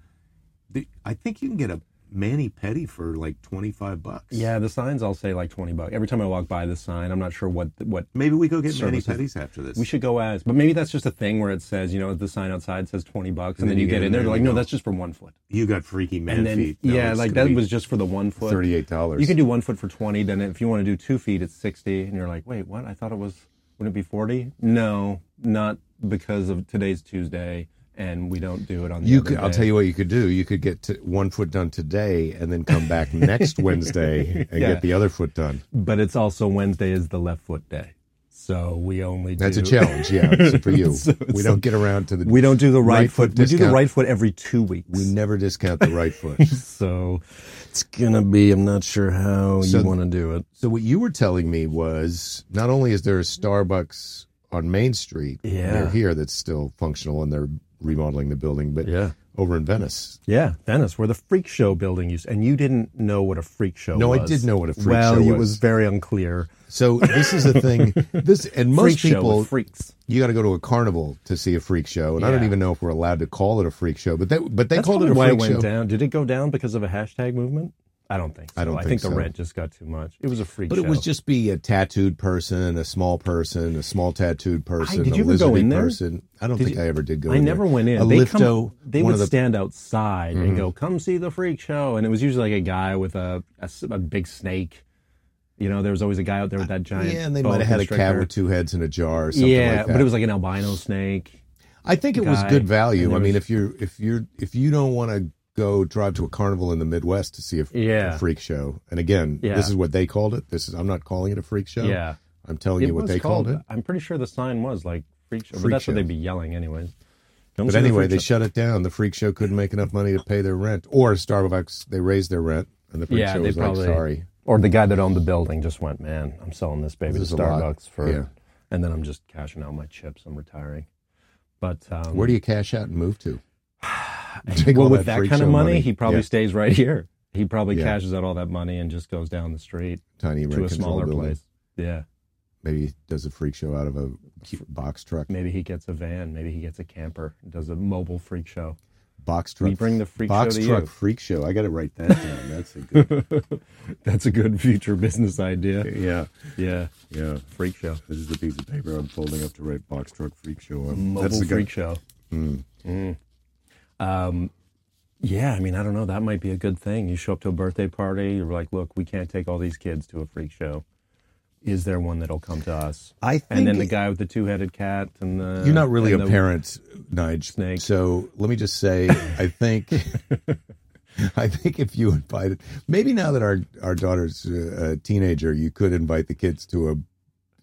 [SPEAKER 1] the, i think you can get a mani pedi for like 25 bucks
[SPEAKER 3] Yeah, the signs I'll say like twenty bucks every time I walk by the sign. I'm not sure what what
[SPEAKER 1] maybe we go get mani
[SPEAKER 3] Services.
[SPEAKER 1] pedis after this
[SPEAKER 3] We should go as, but maybe that's just a thing where it says, you know, the sign outside says twenty bucks, and, then, you get, in there, they're like,
[SPEAKER 1] you
[SPEAKER 3] no,
[SPEAKER 1] go.
[SPEAKER 3] that's just for one foot.
[SPEAKER 1] you got freaky man
[SPEAKER 3] and then
[SPEAKER 1] feet No,
[SPEAKER 3] yeah,
[SPEAKER 1] it's
[SPEAKER 3] like
[SPEAKER 1] gonna
[SPEAKER 3] that
[SPEAKER 1] be
[SPEAKER 3] was just for the one foot.
[SPEAKER 1] $38
[SPEAKER 3] You can do one foot for twenty. Then if you want to do two feet, it's sixty. And you're like, wait, what? I thought it was. Wouldn't it be forty? No, not because of today's Tuesday, and we don't do it on the.
[SPEAKER 1] You
[SPEAKER 3] other
[SPEAKER 1] could, I'll
[SPEAKER 3] day.
[SPEAKER 1] tell you what you could do. You could get to one foot done today and then come back next Wednesday and
[SPEAKER 3] Yeah.
[SPEAKER 1] get the other foot done.
[SPEAKER 3] But it's also Wednesday is the left foot day, so we only.
[SPEAKER 1] That's
[SPEAKER 3] do,
[SPEAKER 1] a challenge. Yeah, it's for you.
[SPEAKER 3] So
[SPEAKER 1] we don't get around to the.
[SPEAKER 3] We don't do the right,
[SPEAKER 1] Right foot
[SPEAKER 3] foot. we do the
[SPEAKER 1] discount.
[SPEAKER 3] right foot every two weeks.
[SPEAKER 1] We never discount the right foot.
[SPEAKER 3] so it's gonna be. I'm not sure how
[SPEAKER 1] So-
[SPEAKER 3] you want to do it.
[SPEAKER 1] so what you were telling me was not only is there a Starbucks on Main Street
[SPEAKER 3] Yeah.
[SPEAKER 1] near here that's still functional and they're remodeling the building, but
[SPEAKER 3] Yeah.
[SPEAKER 1] over in Venice.
[SPEAKER 3] Yeah, Venice, where the freak show building used, and you didn't know what a freak show.
[SPEAKER 1] No, I
[SPEAKER 3] was.
[SPEAKER 1] did know what a freak
[SPEAKER 3] well,
[SPEAKER 1] show
[SPEAKER 3] it
[SPEAKER 1] was.
[SPEAKER 3] was very unclear.
[SPEAKER 1] So this is a thing. This and most
[SPEAKER 3] freak show
[SPEAKER 1] people
[SPEAKER 3] with freaks.
[SPEAKER 1] you got to go to a carnival to see a freak show, and I don't
[SPEAKER 3] Yeah.
[SPEAKER 1] even know if we're allowed to call it a freak show. But they but they
[SPEAKER 3] That's
[SPEAKER 1] called it
[SPEAKER 3] probably
[SPEAKER 1] a
[SPEAKER 3] why it
[SPEAKER 1] freak
[SPEAKER 3] went
[SPEAKER 1] show.
[SPEAKER 3] down. Did it go down because of a hashtag movement? I don't think. So.
[SPEAKER 1] I don't
[SPEAKER 3] I
[SPEAKER 1] think
[SPEAKER 3] think the
[SPEAKER 1] so.
[SPEAKER 3] rent just got too much. It was a free.
[SPEAKER 1] But
[SPEAKER 3] show.
[SPEAKER 1] it was just be a tattooed person, a small person, a small tattooed person,
[SPEAKER 3] did
[SPEAKER 1] a
[SPEAKER 3] you ever go
[SPEAKER 1] lizardy
[SPEAKER 3] in there?
[SPEAKER 1] person. I don't
[SPEAKER 3] Did
[SPEAKER 1] think
[SPEAKER 3] you-
[SPEAKER 1] I ever did go.
[SPEAKER 3] I
[SPEAKER 1] in
[SPEAKER 3] never
[SPEAKER 1] there.
[SPEAKER 3] went in.
[SPEAKER 1] A
[SPEAKER 3] they
[SPEAKER 1] lifto,
[SPEAKER 3] come, they
[SPEAKER 1] one
[SPEAKER 3] would
[SPEAKER 1] of the Mm-hmm.
[SPEAKER 3] stand outside and go, "Come see the freak show," and it was usually like a guy with a, a s- a big snake. You know, there was always a guy out there with that giant.
[SPEAKER 1] yeah, and they
[SPEAKER 3] boa
[SPEAKER 1] might have had a cat
[SPEAKER 3] constrictor.
[SPEAKER 1] with two heads in a jar or something
[SPEAKER 3] yeah,
[SPEAKER 1] like that.
[SPEAKER 3] but it was like an albino snake.
[SPEAKER 1] I think it was
[SPEAKER 3] guy,
[SPEAKER 1] good value.
[SPEAKER 3] and
[SPEAKER 1] I
[SPEAKER 3] there
[SPEAKER 1] mean,
[SPEAKER 3] was-
[SPEAKER 1] if you're if you're if you don't want to go drive to a carnival in the Midwest to see a,
[SPEAKER 3] Yeah.
[SPEAKER 1] a freak show, and again,
[SPEAKER 3] Yeah.
[SPEAKER 1] this is what they called it. This is I'm not calling it a freak show.
[SPEAKER 3] Yeah,
[SPEAKER 1] I'm telling you Oh. what
[SPEAKER 3] was
[SPEAKER 1] they called, it.
[SPEAKER 3] I'm pretty sure the sign was like freak show, but
[SPEAKER 1] Freak
[SPEAKER 3] that's
[SPEAKER 1] show.
[SPEAKER 3] what they'd be yelling anyways. Don't
[SPEAKER 1] But
[SPEAKER 3] see the
[SPEAKER 1] anyway,
[SPEAKER 3] freak
[SPEAKER 1] they
[SPEAKER 3] show.
[SPEAKER 1] shut it down. The freak show couldn't make enough money to pay their rent, or Starbucks they raised their rent, and the freak
[SPEAKER 3] Yeah,
[SPEAKER 1] show
[SPEAKER 3] they
[SPEAKER 1] was
[SPEAKER 3] probably-
[SPEAKER 1] like, "Sorry,
[SPEAKER 3] or the guy that owned the building just went, "Man, I'm selling this baby
[SPEAKER 1] This is
[SPEAKER 3] to
[SPEAKER 1] a lot.
[SPEAKER 3] Starbucks for,"
[SPEAKER 1] Yeah.
[SPEAKER 3] and then I'm just cashing out my chips. I'm retiring. But um,
[SPEAKER 1] where do you cash out and move to?" Take all
[SPEAKER 3] well, with
[SPEAKER 1] that
[SPEAKER 3] that,
[SPEAKER 1] freak
[SPEAKER 3] kind of
[SPEAKER 1] show
[SPEAKER 3] money,
[SPEAKER 1] money.
[SPEAKER 3] he probably
[SPEAKER 1] Yeah.
[SPEAKER 3] stays right here. He probably
[SPEAKER 1] Yeah.
[SPEAKER 3] cashes out all that money and just goes down the street
[SPEAKER 1] Tiny
[SPEAKER 3] to a
[SPEAKER 1] rent control
[SPEAKER 3] smaller
[SPEAKER 1] building.
[SPEAKER 3] place. Yeah,
[SPEAKER 1] Maybe he does a freak show out of a cute box truck.
[SPEAKER 3] maybe he gets a van, maybe he gets a camper, does a mobile freak show.
[SPEAKER 1] Box truck.
[SPEAKER 3] We bring the freak
[SPEAKER 1] box
[SPEAKER 3] show to
[SPEAKER 1] truck
[SPEAKER 3] you.
[SPEAKER 1] freak show. I got to write that down. That's a good.
[SPEAKER 3] That's a good future business idea.
[SPEAKER 1] yeah,
[SPEAKER 3] Yeah,
[SPEAKER 1] yeah.
[SPEAKER 3] freak show,
[SPEAKER 1] This is the piece of paper I'm folding up to write box truck freak show on.
[SPEAKER 3] mobile
[SPEAKER 1] That's the
[SPEAKER 3] freak
[SPEAKER 1] guy.
[SPEAKER 3] show. Mm. Um, yeah, I mean, I don't know. That might be a good thing. You show up to a birthday party. You're like, look, we can't take all these kids to a freak show. Is there one that'll come to us?
[SPEAKER 1] I think
[SPEAKER 3] and then the guy with the two-headed cat and the
[SPEAKER 1] You're not really a
[SPEAKER 3] and the-
[SPEAKER 1] parent, Nige.
[SPEAKER 3] Uh, Snake.
[SPEAKER 1] So let me just say, I think, I think if you invited, maybe now that our our daughter's uh, a teenager, you could invite the kids to a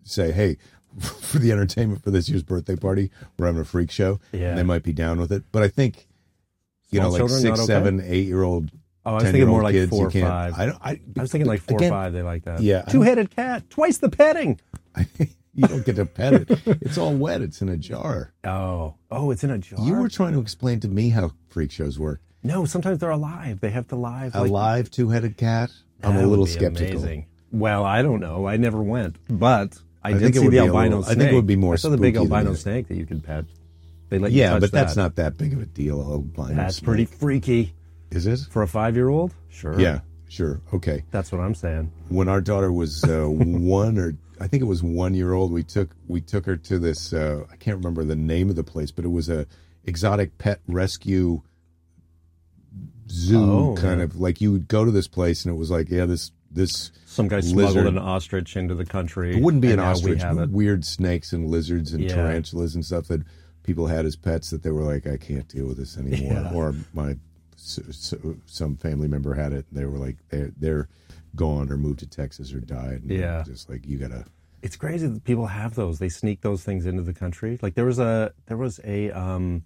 [SPEAKER 1] say, hey, for the entertainment for this year's birthday party, we're having a freak show.
[SPEAKER 3] Yeah.
[SPEAKER 1] they might be down with it, but I think. You
[SPEAKER 3] Small
[SPEAKER 1] know, like
[SPEAKER 3] children,
[SPEAKER 1] six,
[SPEAKER 3] not okay?
[SPEAKER 1] seven, eight year old.
[SPEAKER 3] Oh, I was thinking more like
[SPEAKER 1] kids,
[SPEAKER 3] four
[SPEAKER 1] you
[SPEAKER 3] or
[SPEAKER 1] can't-
[SPEAKER 3] five.
[SPEAKER 1] I don't. I,
[SPEAKER 3] I was thinking like four
[SPEAKER 1] again,
[SPEAKER 3] or five. They like that.
[SPEAKER 1] Yeah, I don't-
[SPEAKER 3] two-headed cat, twice the petting.
[SPEAKER 1] you don't get to pet it. It's all wet. It's in a jar.
[SPEAKER 3] Oh, oh, it's in a jar.
[SPEAKER 1] You were trying to explain to me how freak shows work.
[SPEAKER 3] no. Sometimes they're alive. They have to live.
[SPEAKER 1] A
[SPEAKER 3] like-
[SPEAKER 1] live two-headed cat. I'm
[SPEAKER 3] That
[SPEAKER 1] a
[SPEAKER 3] would
[SPEAKER 1] little
[SPEAKER 3] be
[SPEAKER 1] skeptical.
[SPEAKER 3] amazing. Well, I don't know. I never went, but I, did
[SPEAKER 1] think it
[SPEAKER 3] see
[SPEAKER 1] would
[SPEAKER 3] the
[SPEAKER 1] be a little-
[SPEAKER 3] albino.
[SPEAKER 1] I
[SPEAKER 3] snake.
[SPEAKER 1] think it would be more
[SPEAKER 3] I saw the big
[SPEAKER 1] spooky than
[SPEAKER 3] albino
[SPEAKER 1] that.
[SPEAKER 3] snake that you could pet. They let you
[SPEAKER 1] Yeah,
[SPEAKER 3] touch
[SPEAKER 1] but that's
[SPEAKER 3] that.
[SPEAKER 1] not that big of a deal. Oh, blind
[SPEAKER 3] That's
[SPEAKER 1] snake.
[SPEAKER 3] pretty freaky
[SPEAKER 1] Is it?
[SPEAKER 3] for a five-year-old. Sure.
[SPEAKER 1] Yeah, sure. Okay.
[SPEAKER 3] That's what I'm saying.
[SPEAKER 1] When our daughter was uh, one or I think it was one year old, we took we took her to this. Uh, I can't remember the name of the place, but it was a exotic pet rescue zoo
[SPEAKER 3] Oh,
[SPEAKER 1] kind of like you would go to this place and it was like yeah this this
[SPEAKER 3] Some guy smuggled
[SPEAKER 1] Lizard.
[SPEAKER 3] an ostrich into the country.
[SPEAKER 1] It wouldn't be
[SPEAKER 3] and
[SPEAKER 1] an
[SPEAKER 3] now
[SPEAKER 1] ostrich,
[SPEAKER 3] We have
[SPEAKER 1] but
[SPEAKER 3] it.
[SPEAKER 1] weird snakes and lizards and
[SPEAKER 3] Yeah.
[SPEAKER 1] tarantulas and stuff that people had as pets that they were like, I can't deal with this anymore.
[SPEAKER 3] Yeah.
[SPEAKER 1] Or my so, so, some family member had it. And they were like, they're, they're gone or moved to Texas or died. And
[SPEAKER 3] Yeah.
[SPEAKER 1] just like you gotta.
[SPEAKER 3] It's crazy that people have those. They sneak those things into the country. Like there was a there was a um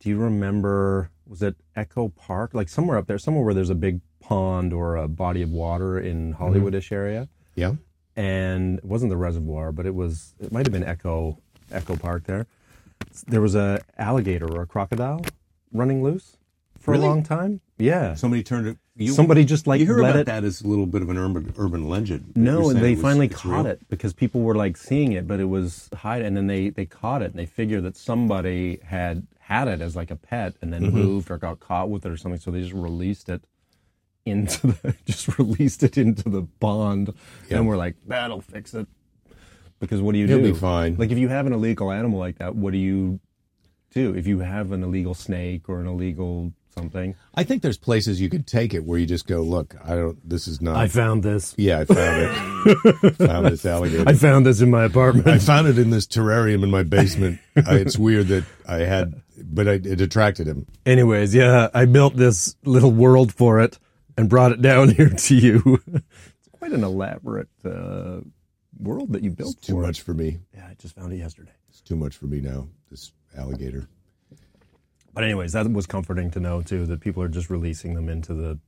[SPEAKER 3] do you remember was it Echo Park? Like somewhere up there, somewhere where there's a big pond or a body of water in
[SPEAKER 1] Mm-hmm.
[SPEAKER 3] Hollywoodish area.
[SPEAKER 1] Yeah,
[SPEAKER 3] And it wasn't the reservoir, but it was it might have been Echo Echo Park there. There was a alligator or a crocodile running loose for
[SPEAKER 1] Really?
[SPEAKER 3] a long time. Yeah.
[SPEAKER 1] somebody turned it. You,
[SPEAKER 3] Somebody just like let it
[SPEAKER 1] that as a little bit of an urban urban legend.
[SPEAKER 3] No, and they finally caught it because people were like seeing it, but it was hide, and then they they caught it, and they figured that somebody had had it as like a pet, and then moved or got caught with it or something, so they just released it into the just released it into the pond, and we're like, that'll fix it, because what do you
[SPEAKER 1] He'll
[SPEAKER 3] do?
[SPEAKER 1] be fine.
[SPEAKER 3] Like if you have an illegal animal like that, what do you do if you have an illegal snake or an illegal something?
[SPEAKER 1] I think there's places you could take it where you just go, look, I don't. This is not.
[SPEAKER 3] found this.
[SPEAKER 1] yeah, I found it. found this alligator.
[SPEAKER 3] found this in my
[SPEAKER 1] I
[SPEAKER 3] apartment.
[SPEAKER 1] found it in this terrarium in my basement. I, it's weird that I had, but I, it attracted him.
[SPEAKER 3] Anyways, yeah, I built this little world for it and brought it down here to you. it's quite an elaborate uh, world that you built
[SPEAKER 1] Too
[SPEAKER 3] for
[SPEAKER 1] much for me.
[SPEAKER 3] it. Yeah, I just found it yesterday.
[SPEAKER 1] It's too much for me now. This alligator.
[SPEAKER 3] But anyways, that was comforting to know too that people are just releasing them into the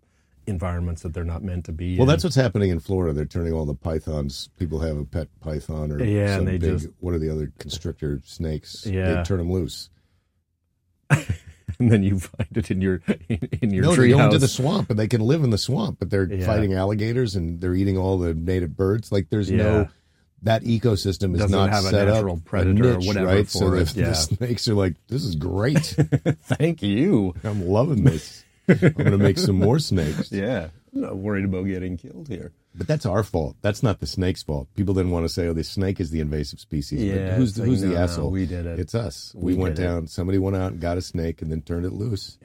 [SPEAKER 3] environments that they're not meant to be.
[SPEAKER 1] Well,
[SPEAKER 3] in.
[SPEAKER 1] that's what's happening in Florida. They're turning all the pythons. People have a pet python or
[SPEAKER 3] Yeah, and
[SPEAKER 1] some
[SPEAKER 3] they
[SPEAKER 1] big.
[SPEAKER 3] just-
[SPEAKER 1] what are the other constrictor snakes?
[SPEAKER 3] Yeah.
[SPEAKER 1] they turn them loose.
[SPEAKER 3] and then you find it in your in, in your
[SPEAKER 1] no, they go into
[SPEAKER 3] treehouse.
[SPEAKER 1] the swamp and they can live in the swamp, but they're
[SPEAKER 3] Yeah.
[SPEAKER 1] fighting alligators and they're eating all the native birds. Like there's
[SPEAKER 3] Yeah.
[SPEAKER 1] no. That ecosystem is
[SPEAKER 3] Doesn't
[SPEAKER 1] not
[SPEAKER 3] have a
[SPEAKER 1] set up
[SPEAKER 3] natural predator or
[SPEAKER 1] niche,
[SPEAKER 3] whatever
[SPEAKER 1] right? so
[SPEAKER 3] for
[SPEAKER 1] the,
[SPEAKER 3] it,
[SPEAKER 1] the
[SPEAKER 3] yeah.
[SPEAKER 1] snakes are like, "This is great."
[SPEAKER 3] Thank you.
[SPEAKER 1] I'm loving this. I'm going to make some more snakes.
[SPEAKER 3] Yeah, I'm not worried about getting killed here.
[SPEAKER 2] But that's our fault. That's not the snake's fault. People then want to say, "Oh, the snake is the invasive species."
[SPEAKER 3] Yeah,
[SPEAKER 2] but who's
[SPEAKER 3] it's
[SPEAKER 2] the,
[SPEAKER 3] like,
[SPEAKER 2] who's
[SPEAKER 3] no,
[SPEAKER 2] the
[SPEAKER 3] no,
[SPEAKER 2] asshole?
[SPEAKER 3] we did it.
[SPEAKER 2] It's us. We,
[SPEAKER 3] We
[SPEAKER 2] went
[SPEAKER 3] did it.
[SPEAKER 2] down. Somebody went out and got a snake and then turned it loose.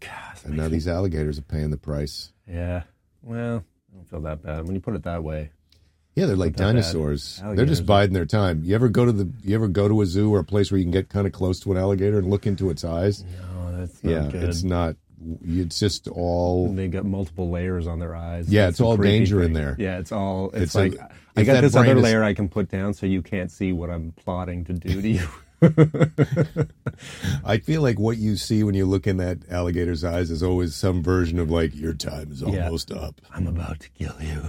[SPEAKER 3] God,
[SPEAKER 2] And now these alligators are paying the price.
[SPEAKER 3] yeah. Well, I don't feel that bad when you put it that way.
[SPEAKER 2] Yeah, they're like
[SPEAKER 3] that bad.
[SPEAKER 2] dinosaurs. They're
[SPEAKER 3] Alligators
[SPEAKER 2] just
[SPEAKER 3] are-
[SPEAKER 2] biding their time. You ever go to the? You ever go to a zoo or a place where you can get kind of close to an alligator and look into its eyes?
[SPEAKER 3] No, oh, that's not
[SPEAKER 2] yeah,
[SPEAKER 3] good.
[SPEAKER 2] it's not. It's just all.
[SPEAKER 3] they got multiple layers on their eyes.
[SPEAKER 2] Yeah, it's
[SPEAKER 3] a
[SPEAKER 2] all
[SPEAKER 3] creepy
[SPEAKER 2] danger in
[SPEAKER 3] thing.
[SPEAKER 2] there.
[SPEAKER 3] Yeah, it's all. It's,
[SPEAKER 2] It's a-
[SPEAKER 3] like
[SPEAKER 2] if
[SPEAKER 3] I got
[SPEAKER 2] that
[SPEAKER 3] this other
[SPEAKER 2] brain is-
[SPEAKER 3] layer I can put down, so you can't see what I'm plotting to do to you.
[SPEAKER 2] I feel like what you see when you look in that alligator's eyes is always some version of like your time is
[SPEAKER 3] Yeah.
[SPEAKER 2] almost up.
[SPEAKER 3] I'm about to kill you.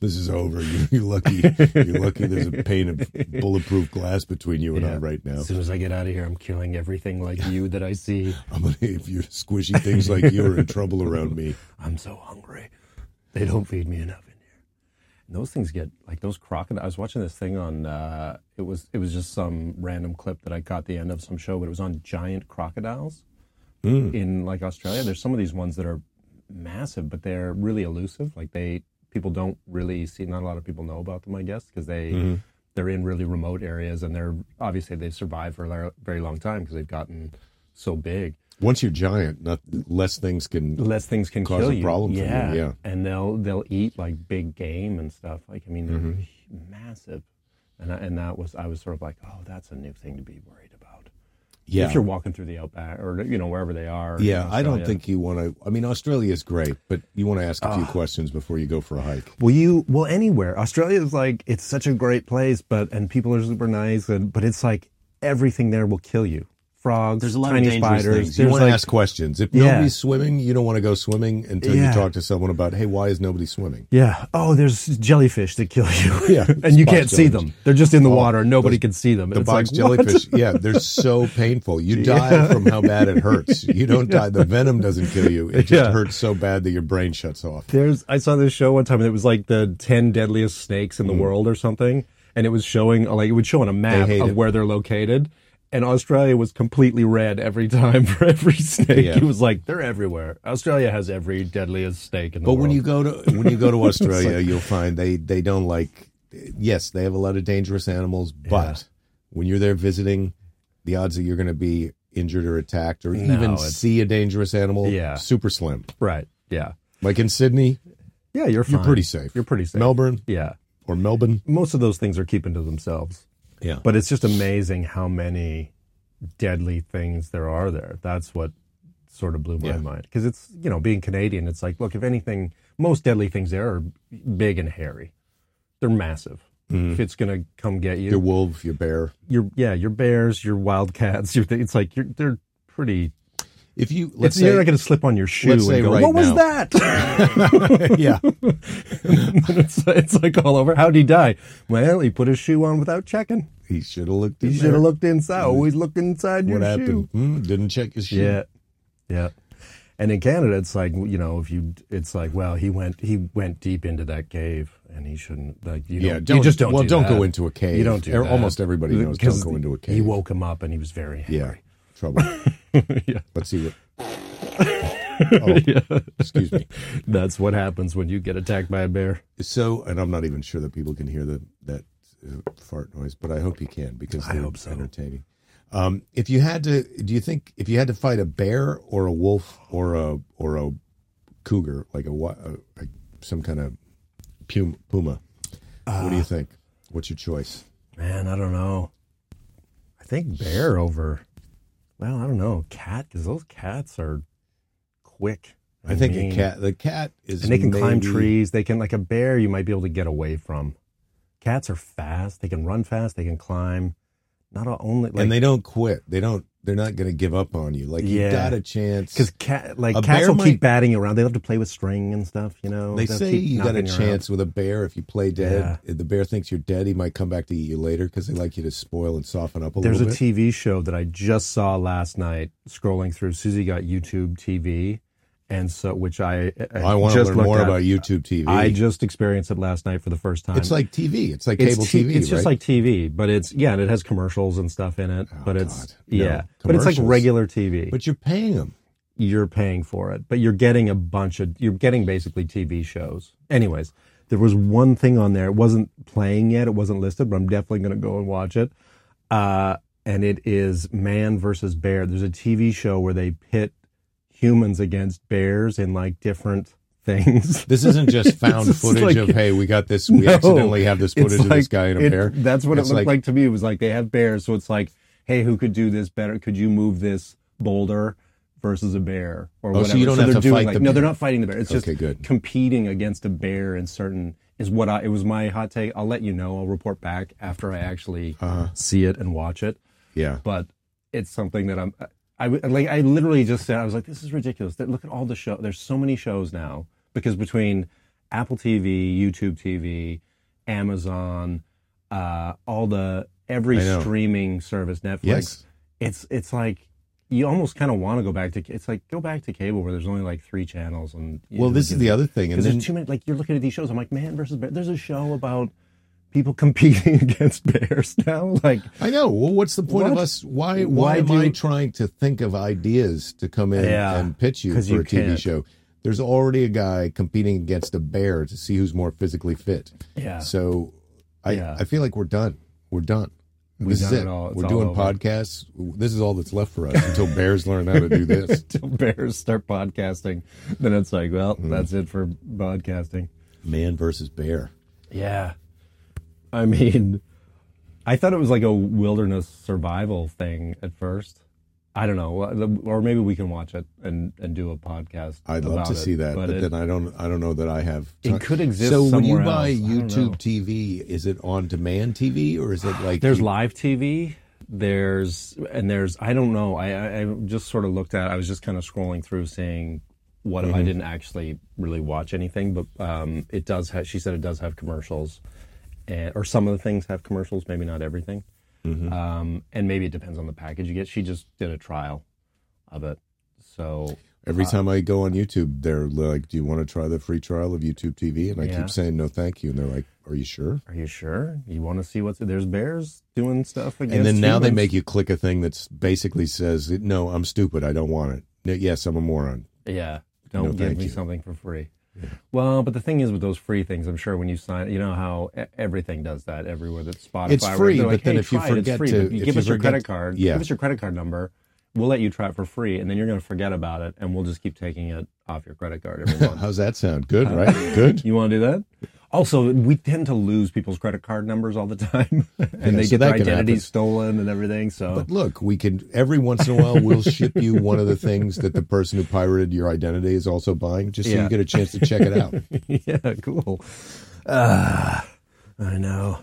[SPEAKER 2] This is over. You- You're lucky. You're lucky. There's a pane of bulletproof glass between you and I
[SPEAKER 3] Yeah.
[SPEAKER 2] right now.
[SPEAKER 3] As soon as I get out of here, I'm killing everything like you that I see.
[SPEAKER 2] I'm gonna, if you're squishy things like you are in trouble around me.
[SPEAKER 3] I'm so hungry. They don't feed me enough in here. And those things get like those crocodiles. I was watching this thing on. Uh, it was it was just some random clip that I caught the end of some show, but it was on giant crocodiles in like Australia. There's some of these ones that are massive, but they're really elusive. Like they people don't really see. Not a lot of people know about them, I guess, because they. They're in really remote areas, and they're obviously they've survived for a lar- very long time because they've gotten so big
[SPEAKER 2] Once you're giant, not less things can.
[SPEAKER 3] less things can
[SPEAKER 2] Cause
[SPEAKER 3] kill
[SPEAKER 2] a
[SPEAKER 3] you.
[SPEAKER 2] problem for you,
[SPEAKER 3] yeah.
[SPEAKER 2] yeah.
[SPEAKER 3] and they'll they'll eat like big game and stuff. Like I mean, they're
[SPEAKER 2] Mm-hmm.
[SPEAKER 3] massive. And I, and that was I was sort of like, oh, that's a new thing to be worried about.
[SPEAKER 2] Yeah.
[SPEAKER 3] If you're walking through the outback or you know wherever they are. in
[SPEAKER 2] Yeah, I don't
[SPEAKER 3] Australia.
[SPEAKER 2] think you want to. I mean, Australia is great, but you want to ask
[SPEAKER 3] Ah.
[SPEAKER 2] a few questions before you go for a hike.
[SPEAKER 3] Well, you well anywhere. Australia is like it's such a great place, but and people are super nice, and but it's like everything there will kill you. Frogs,
[SPEAKER 1] There's a lot of
[SPEAKER 3] tiny
[SPEAKER 1] dangerous
[SPEAKER 3] spiders.
[SPEAKER 1] things.
[SPEAKER 2] You
[SPEAKER 3] There's
[SPEAKER 2] want to
[SPEAKER 3] like
[SPEAKER 2] ask questions. If
[SPEAKER 3] Yeah.
[SPEAKER 2] nobody's swimming, you don't want to go swimming until
[SPEAKER 3] Yeah.
[SPEAKER 2] you talk to someone about, hey, why is nobody swimming?
[SPEAKER 3] yeah. Oh, there's jellyfish that kill you.
[SPEAKER 2] Yeah,
[SPEAKER 3] and you
[SPEAKER 2] box
[SPEAKER 3] can't see
[SPEAKER 2] jellyfish. Oh,
[SPEAKER 3] them. They're just in the water, and nobody can see them. And
[SPEAKER 2] The
[SPEAKER 3] it's
[SPEAKER 2] box
[SPEAKER 3] like, what?
[SPEAKER 2] jellyfish, yeah, they're so painful. You die from how bad it hurts. You don't die. The venom doesn't kill you. It just
[SPEAKER 3] Yeah.
[SPEAKER 2] hurts so bad that your brain shuts off.
[SPEAKER 3] There's I saw this show one time and it was like the ten deadliest snakes
[SPEAKER 2] Mm.
[SPEAKER 3] in the world or something, and it was showing like it would show on a map
[SPEAKER 2] hate
[SPEAKER 3] of
[SPEAKER 2] it.
[SPEAKER 3] where they're located, and Australia was completely red every time for every snake.
[SPEAKER 2] Yeah.
[SPEAKER 3] It was like they're everywhere. Australia has every deadliest snake in the
[SPEAKER 2] But
[SPEAKER 3] world.
[SPEAKER 2] when you go to when you go to Australia, you'll find they they don't like. Yes, they have a lot of dangerous animals, but when you're there visiting, the odds that you're going to be injured or attacked or even
[SPEAKER 3] it's-
[SPEAKER 2] see a dangerous animal,
[SPEAKER 3] Yeah.
[SPEAKER 2] super slim.
[SPEAKER 3] right, yeah,
[SPEAKER 2] Like in Sydney,
[SPEAKER 3] yeah, you're
[SPEAKER 2] you're
[SPEAKER 3] fine.
[SPEAKER 2] pretty safe.
[SPEAKER 3] You're pretty safe.
[SPEAKER 2] Melbourne
[SPEAKER 3] yeah,
[SPEAKER 2] or Melbourne.
[SPEAKER 3] most of those things are keeping to themselves.
[SPEAKER 2] Yeah.
[SPEAKER 3] But it's just amazing how many deadly things there are there. That's what sort of blew my
[SPEAKER 2] Yeah.
[SPEAKER 3] mind. Because it's, you know, being Canadian, it's like, look, if anything, most deadly things there are big and hairy. They're massive.
[SPEAKER 2] Mm-hmm.
[SPEAKER 3] If it's going to come get
[SPEAKER 2] Your
[SPEAKER 3] you,
[SPEAKER 2] wolf, your bear.
[SPEAKER 3] your, yeah, your bears, your wildcats, your, th- it's like, you're, they're pretty,
[SPEAKER 2] If you let's
[SPEAKER 3] it's,
[SPEAKER 2] say,
[SPEAKER 3] you're not going to slip on your shoe
[SPEAKER 2] let's
[SPEAKER 3] and
[SPEAKER 2] say
[SPEAKER 3] go,
[SPEAKER 2] right
[SPEAKER 3] what was
[SPEAKER 2] now-
[SPEAKER 3] that?
[SPEAKER 2] yeah,
[SPEAKER 3] it's, it's like all over. How'd he die? Well, he put his shoe on without checking.
[SPEAKER 2] he should have looked. In
[SPEAKER 3] You should have looked inside. Always look inside your
[SPEAKER 2] What
[SPEAKER 3] shoe.
[SPEAKER 2] happened? Hmm, didn't check his shoe.
[SPEAKER 3] Yeah, yeah. And in Canada, it's like you know, if you, it's like, well, he went, he went deep into that cave, and he shouldn't. Like, you
[SPEAKER 2] Yeah,
[SPEAKER 3] don't,
[SPEAKER 2] don't-
[SPEAKER 3] you just don't.
[SPEAKER 2] well,
[SPEAKER 3] do
[SPEAKER 2] don't go
[SPEAKER 3] that.
[SPEAKER 2] into a cave.
[SPEAKER 3] You don't do.
[SPEAKER 2] Er,
[SPEAKER 3] That.
[SPEAKER 2] almost everybody knows don't
[SPEAKER 3] 'Cause
[SPEAKER 2] go into a
[SPEAKER 3] He
[SPEAKER 2] cave.
[SPEAKER 3] woke him up, and he was very angry.
[SPEAKER 2] Yeah, trouble.
[SPEAKER 3] Yeah.
[SPEAKER 2] Let's see what. Oh, excuse me.
[SPEAKER 3] That's what happens when you get attacked by a bear.
[SPEAKER 2] So, and I'm not even sure that people can hear the, that uh, fart noise, but I hope you can because they're
[SPEAKER 3] hope so.
[SPEAKER 2] entertaining. Um, if you had to, do you think if you had to fight a bear or a wolf or a or a cougar, like a, wi- uh like some kind of puma, puma what
[SPEAKER 3] Uh,
[SPEAKER 2] do you think? What's your choice?
[SPEAKER 3] Man, I don't know. I think bear over. Well, I don't know cat because those cats are quick.
[SPEAKER 2] I think
[SPEAKER 3] mean.
[SPEAKER 2] a cat. The cat is,
[SPEAKER 3] and they can climb
[SPEAKER 2] maybe-
[SPEAKER 3] trees. They can like a bear. You might be able to get away from. Cats are fast. They can run fast. They can climb. Not all, only like
[SPEAKER 2] and they don't quit. They don't. They're not going to give up on you. Like you
[SPEAKER 3] Yeah.
[SPEAKER 2] got a chance
[SPEAKER 3] because cat like
[SPEAKER 2] A
[SPEAKER 3] cats
[SPEAKER 2] bear
[SPEAKER 3] will keep
[SPEAKER 2] might-
[SPEAKER 3] batting you around. They will have to play with string and stuff. You know
[SPEAKER 2] They
[SPEAKER 3] They'll
[SPEAKER 2] say
[SPEAKER 3] keep
[SPEAKER 2] you got a
[SPEAKER 3] knocking around.
[SPEAKER 2] chance with a bear if you play dead. If the bear thinks you're dead, he might come back to eat you later because they like you to spoil and soften up a
[SPEAKER 3] There's a
[SPEAKER 2] little bit.
[SPEAKER 3] TV show that I just saw last night. Scrolling through, Susie got YouTube TV, and so which I I,
[SPEAKER 2] I want to
[SPEAKER 3] just
[SPEAKER 2] learn
[SPEAKER 3] looked
[SPEAKER 2] more
[SPEAKER 3] at.
[SPEAKER 2] about YouTube TV.
[SPEAKER 3] I just experienced it last night for the first time.
[SPEAKER 2] it's like TV. It's like
[SPEAKER 3] it's
[SPEAKER 2] cable
[SPEAKER 3] t-
[SPEAKER 2] TV.
[SPEAKER 3] It's just
[SPEAKER 2] right? Oh,
[SPEAKER 3] like TV, but it's yeah, and it has commercials and stuff in it. but it's
[SPEAKER 2] God. No,
[SPEAKER 3] yeah, but it's like
[SPEAKER 2] commercials.
[SPEAKER 3] regular TV.
[SPEAKER 2] but you're paying them.
[SPEAKER 3] you're paying for it, but you're getting a bunch of you're getting basically TV shows. Anyways, there was one thing on there. It wasn't playing yet. It wasn't listed, but I'm definitely going to go and watch it. Uh, and it is Man versus Bear. There's a TV show where they pit humans against bears in like different things.
[SPEAKER 2] This isn't just found
[SPEAKER 3] This is
[SPEAKER 2] footage
[SPEAKER 3] like-
[SPEAKER 2] of hey, we got this. We
[SPEAKER 3] No.
[SPEAKER 2] accidentally have this
[SPEAKER 3] It's
[SPEAKER 2] footage of this
[SPEAKER 3] like-
[SPEAKER 2] guy in a
[SPEAKER 3] it-
[SPEAKER 2] bear.
[SPEAKER 3] That's what
[SPEAKER 2] It's
[SPEAKER 3] it looked
[SPEAKER 2] like-
[SPEAKER 3] like, to me. It was like they have bears, so it's like, hey, who could do this better? Could you move this boulder versus a bear or
[SPEAKER 2] Oh, so
[SPEAKER 3] whatever?
[SPEAKER 2] you don't have
[SPEAKER 3] they're
[SPEAKER 2] to
[SPEAKER 3] doing
[SPEAKER 2] fight
[SPEAKER 3] like,
[SPEAKER 2] the
[SPEAKER 3] No, they're
[SPEAKER 2] bear.
[SPEAKER 3] not fighting the bear. It's
[SPEAKER 2] Okay,
[SPEAKER 3] just
[SPEAKER 2] good.
[SPEAKER 3] competing against a bear in certain is what I. It was my hot take. I'll let you know. I'll report back after I actually
[SPEAKER 2] Uh-huh.
[SPEAKER 3] see it and watch it
[SPEAKER 2] Yeah,
[SPEAKER 3] but it's something that I'm I would- like I literally just said I was like this is ridiculous. That- Look at all the show. There's so many shows now because between Apple TV, YouTube TV, Amazon, uh, all the every
[SPEAKER 2] I know.
[SPEAKER 3] streaming service, Netflix.
[SPEAKER 2] Yes.
[SPEAKER 3] It's it's like you almost kind of want to go back to it's like go back to cable where there's only like three channels and you
[SPEAKER 2] Well,
[SPEAKER 3] know,
[SPEAKER 2] this
[SPEAKER 3] you
[SPEAKER 2] is
[SPEAKER 3] can-
[SPEAKER 2] the other thing, and
[SPEAKER 3] because
[SPEAKER 2] then
[SPEAKER 3] there's too many. Like you're looking at these shows. I'm like, man versus bear. There's a show about people competing against bears now. Like
[SPEAKER 2] I know. Well, what's the point of
[SPEAKER 3] What?
[SPEAKER 2] us? Why? Why,
[SPEAKER 3] Why
[SPEAKER 2] am
[SPEAKER 3] do-
[SPEAKER 2] I trying to think of ideas to come in
[SPEAKER 3] Yeah,
[SPEAKER 2] and pitch you
[SPEAKER 3] 'cause
[SPEAKER 2] for
[SPEAKER 3] you
[SPEAKER 2] a TV
[SPEAKER 3] can't.
[SPEAKER 2] show? There's already a guy competing against a bear to see who's more physically fit.
[SPEAKER 3] Yeah.
[SPEAKER 2] So, I
[SPEAKER 3] Yeah.
[SPEAKER 2] I feel like we're done. We're done.
[SPEAKER 3] We've
[SPEAKER 2] this
[SPEAKER 3] done
[SPEAKER 2] is
[SPEAKER 3] it all. It's
[SPEAKER 2] We're
[SPEAKER 3] all
[SPEAKER 2] doing
[SPEAKER 3] over.
[SPEAKER 2] podcasts. This is all that's left for us until bears learn how to do this.
[SPEAKER 3] till bears start podcasting, then it's like, well,
[SPEAKER 2] Hmm.
[SPEAKER 3] that's it for podcasting.
[SPEAKER 2] Man versus bear.
[SPEAKER 3] Yeah. I mean, I thought it was like a wilderness survival thing at first. I don't know, or maybe we can watch it and, and do a podcast.
[SPEAKER 2] I'd love
[SPEAKER 3] about
[SPEAKER 2] to
[SPEAKER 3] it,
[SPEAKER 2] see that, but,
[SPEAKER 3] it-
[SPEAKER 2] then I don't. I don't know that I have.
[SPEAKER 3] It could exist
[SPEAKER 2] So when you
[SPEAKER 3] somewhere
[SPEAKER 2] buy
[SPEAKER 3] else. I don't
[SPEAKER 2] YouTube
[SPEAKER 3] know.
[SPEAKER 2] TV, is it on demand TV or is it like
[SPEAKER 3] There's live TV. There's and there's I don't know. I, I, I just sort of looked at. I was just kind of scrolling through, seeing what I
[SPEAKER 2] Mm-hmm.
[SPEAKER 3] didn't actually really watch anything, but um, it does. have She said it does have commercials, and, or some of the things have commercials. Maybe not everything.
[SPEAKER 2] Mm-hmm.
[SPEAKER 3] Um, and maybe it depends on the package you get. She just did a trial of it, so
[SPEAKER 2] Every time I go on YouTube, they're like, "Do you want to try the free trial of YouTube TV?" And I
[SPEAKER 3] Yeah.
[SPEAKER 2] keep saying, "No, thank you." And they're like, "Are you sure?"
[SPEAKER 3] are you sure you want to see what's there's bears doing stuff against?
[SPEAKER 2] and then now they
[SPEAKER 3] humans?
[SPEAKER 2] make you click a thing that's basically says, "No, I'm stupid. I don't want it." No, yes, I'm a moron.
[SPEAKER 3] Yeah. Don't
[SPEAKER 2] No,
[SPEAKER 3] give
[SPEAKER 2] thank
[SPEAKER 3] me
[SPEAKER 2] you.
[SPEAKER 3] something for free. Well, but the thing is with those free things, I'm sure when you sign, you know how e- everything does that everywhere. That Spotify,
[SPEAKER 2] It's
[SPEAKER 3] where
[SPEAKER 2] free,
[SPEAKER 3] they're
[SPEAKER 2] but then if you
[SPEAKER 3] try it, it's
[SPEAKER 2] forget
[SPEAKER 3] free,
[SPEAKER 2] to-
[SPEAKER 3] but you
[SPEAKER 2] if
[SPEAKER 3] give
[SPEAKER 2] you
[SPEAKER 3] us your
[SPEAKER 2] forget-
[SPEAKER 3] credit card,
[SPEAKER 2] yeah.
[SPEAKER 3] give us your credit card number, we'll let you try it for free, and then you're going to forget about it, and we'll just keep taking it off your credit card every month.
[SPEAKER 2] How's that sound? Good,
[SPEAKER 3] Uh,
[SPEAKER 2] right? Good.
[SPEAKER 3] you want to do that? Also, we tend to lose people's credit card numbers all the time, and
[SPEAKER 2] Yeah,
[SPEAKER 3] they
[SPEAKER 2] so
[SPEAKER 3] get their
[SPEAKER 2] that can happen.
[SPEAKER 3] identity stolen and everything. So
[SPEAKER 2] But look, we can every once in a while we'll ship you one of the things that the person who pirated your identity is also buying, just so
[SPEAKER 3] Yeah.
[SPEAKER 2] you get a chance to check it out.
[SPEAKER 3] yeah, cool. Uh, I know.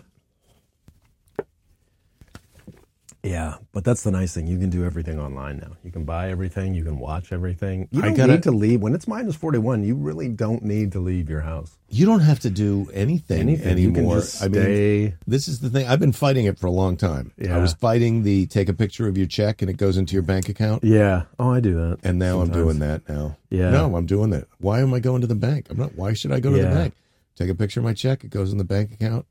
[SPEAKER 3] Yeah, but that's the nice thing. You can do everything online now. You can buy everything. You can watch everything. You
[SPEAKER 2] I
[SPEAKER 3] don't
[SPEAKER 2] gotta-
[SPEAKER 3] need to leave. When it's minus 41, you really don't need to leave your house.
[SPEAKER 2] You don't have to do anything,
[SPEAKER 3] Anything. You can
[SPEAKER 2] anymore.
[SPEAKER 3] just stay.
[SPEAKER 2] This is the thing. I've been fighting it for a long time. I
[SPEAKER 3] Yeah.
[SPEAKER 2] was fighting the take a picture of your check and it goes into your bank account.
[SPEAKER 3] yeah. Oh, I do that.
[SPEAKER 2] And now I'm doing that now.
[SPEAKER 3] Yeah.
[SPEAKER 2] No, I'm doing that. Why am I going to the bank? I'm not. Why should I go to the
[SPEAKER 3] Yeah.
[SPEAKER 2] bank? Take a picture of my check. It goes in the bank account.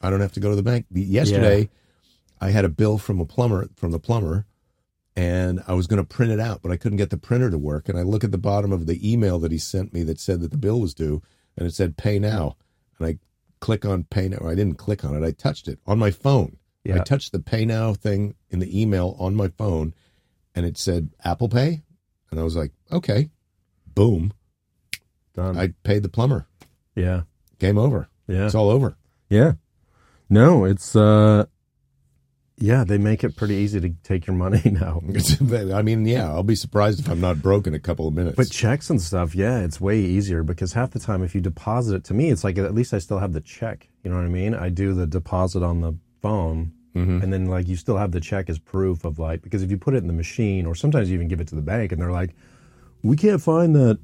[SPEAKER 2] I don't have to go to the bank. The- Yesterday, I had a bill from a plumber from the plumber, and I was going to print it out, but I couldn't get the printer to work. And I look at the bottom of the email that he sent me that said that the bill was due, and it said pay now. And I click on pay now. I didn't click on it. I touched it on my phone. I
[SPEAKER 3] Yeah.
[SPEAKER 2] touched the pay now thing in the email on my phone, and it said Apple Pay, and I was like, okay, boom.
[SPEAKER 3] Done.
[SPEAKER 2] I paid the plumber.
[SPEAKER 3] yeah.
[SPEAKER 2] Game over.
[SPEAKER 3] Yeah.
[SPEAKER 2] It's all over.
[SPEAKER 3] Yeah. No, it's, uh, yeah, they make it pretty easy to take your money now.
[SPEAKER 2] It's- I mean, yeah, I'll be surprised if I'm not broke in a couple of minutes.
[SPEAKER 3] But checks and stuff, yeah, it's way easier because half the time if you deposit it to me, it's like at least I still have the check. You know what I mean? I do the deposit on the phone
[SPEAKER 2] Mm-hmm.
[SPEAKER 3] and then like you still have the check as proof of like because if you put it in the machine or sometimes you even give it to the bank and they're like, We can't find that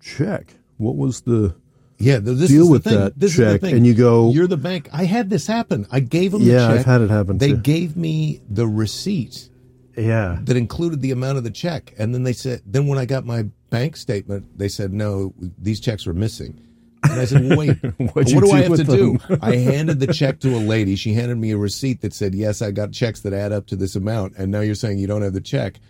[SPEAKER 3] check. What was the
[SPEAKER 2] yeah, th- this
[SPEAKER 3] deal
[SPEAKER 2] is the
[SPEAKER 3] with
[SPEAKER 2] thing.
[SPEAKER 3] that
[SPEAKER 2] this is the
[SPEAKER 3] check,
[SPEAKER 2] thing.
[SPEAKER 3] and you go-
[SPEAKER 2] you're the bank. I had this happen. I gave them
[SPEAKER 3] Yeah,
[SPEAKER 2] the check.
[SPEAKER 3] I've had it happen
[SPEAKER 2] They
[SPEAKER 3] too.
[SPEAKER 2] gave me the receipt
[SPEAKER 3] Yeah.
[SPEAKER 2] that included the amount of the check, and then they said, then when I got my bank statement, they said, no, these checks were missing. And I said, wait, what
[SPEAKER 3] you
[SPEAKER 2] do,
[SPEAKER 3] do
[SPEAKER 2] I have to
[SPEAKER 3] with
[SPEAKER 2] do?
[SPEAKER 3] them?
[SPEAKER 2] I handed the check to a lady. She handed me a receipt that said, yes, I got checks that add up to this amount. And now you're saying you don't have the check.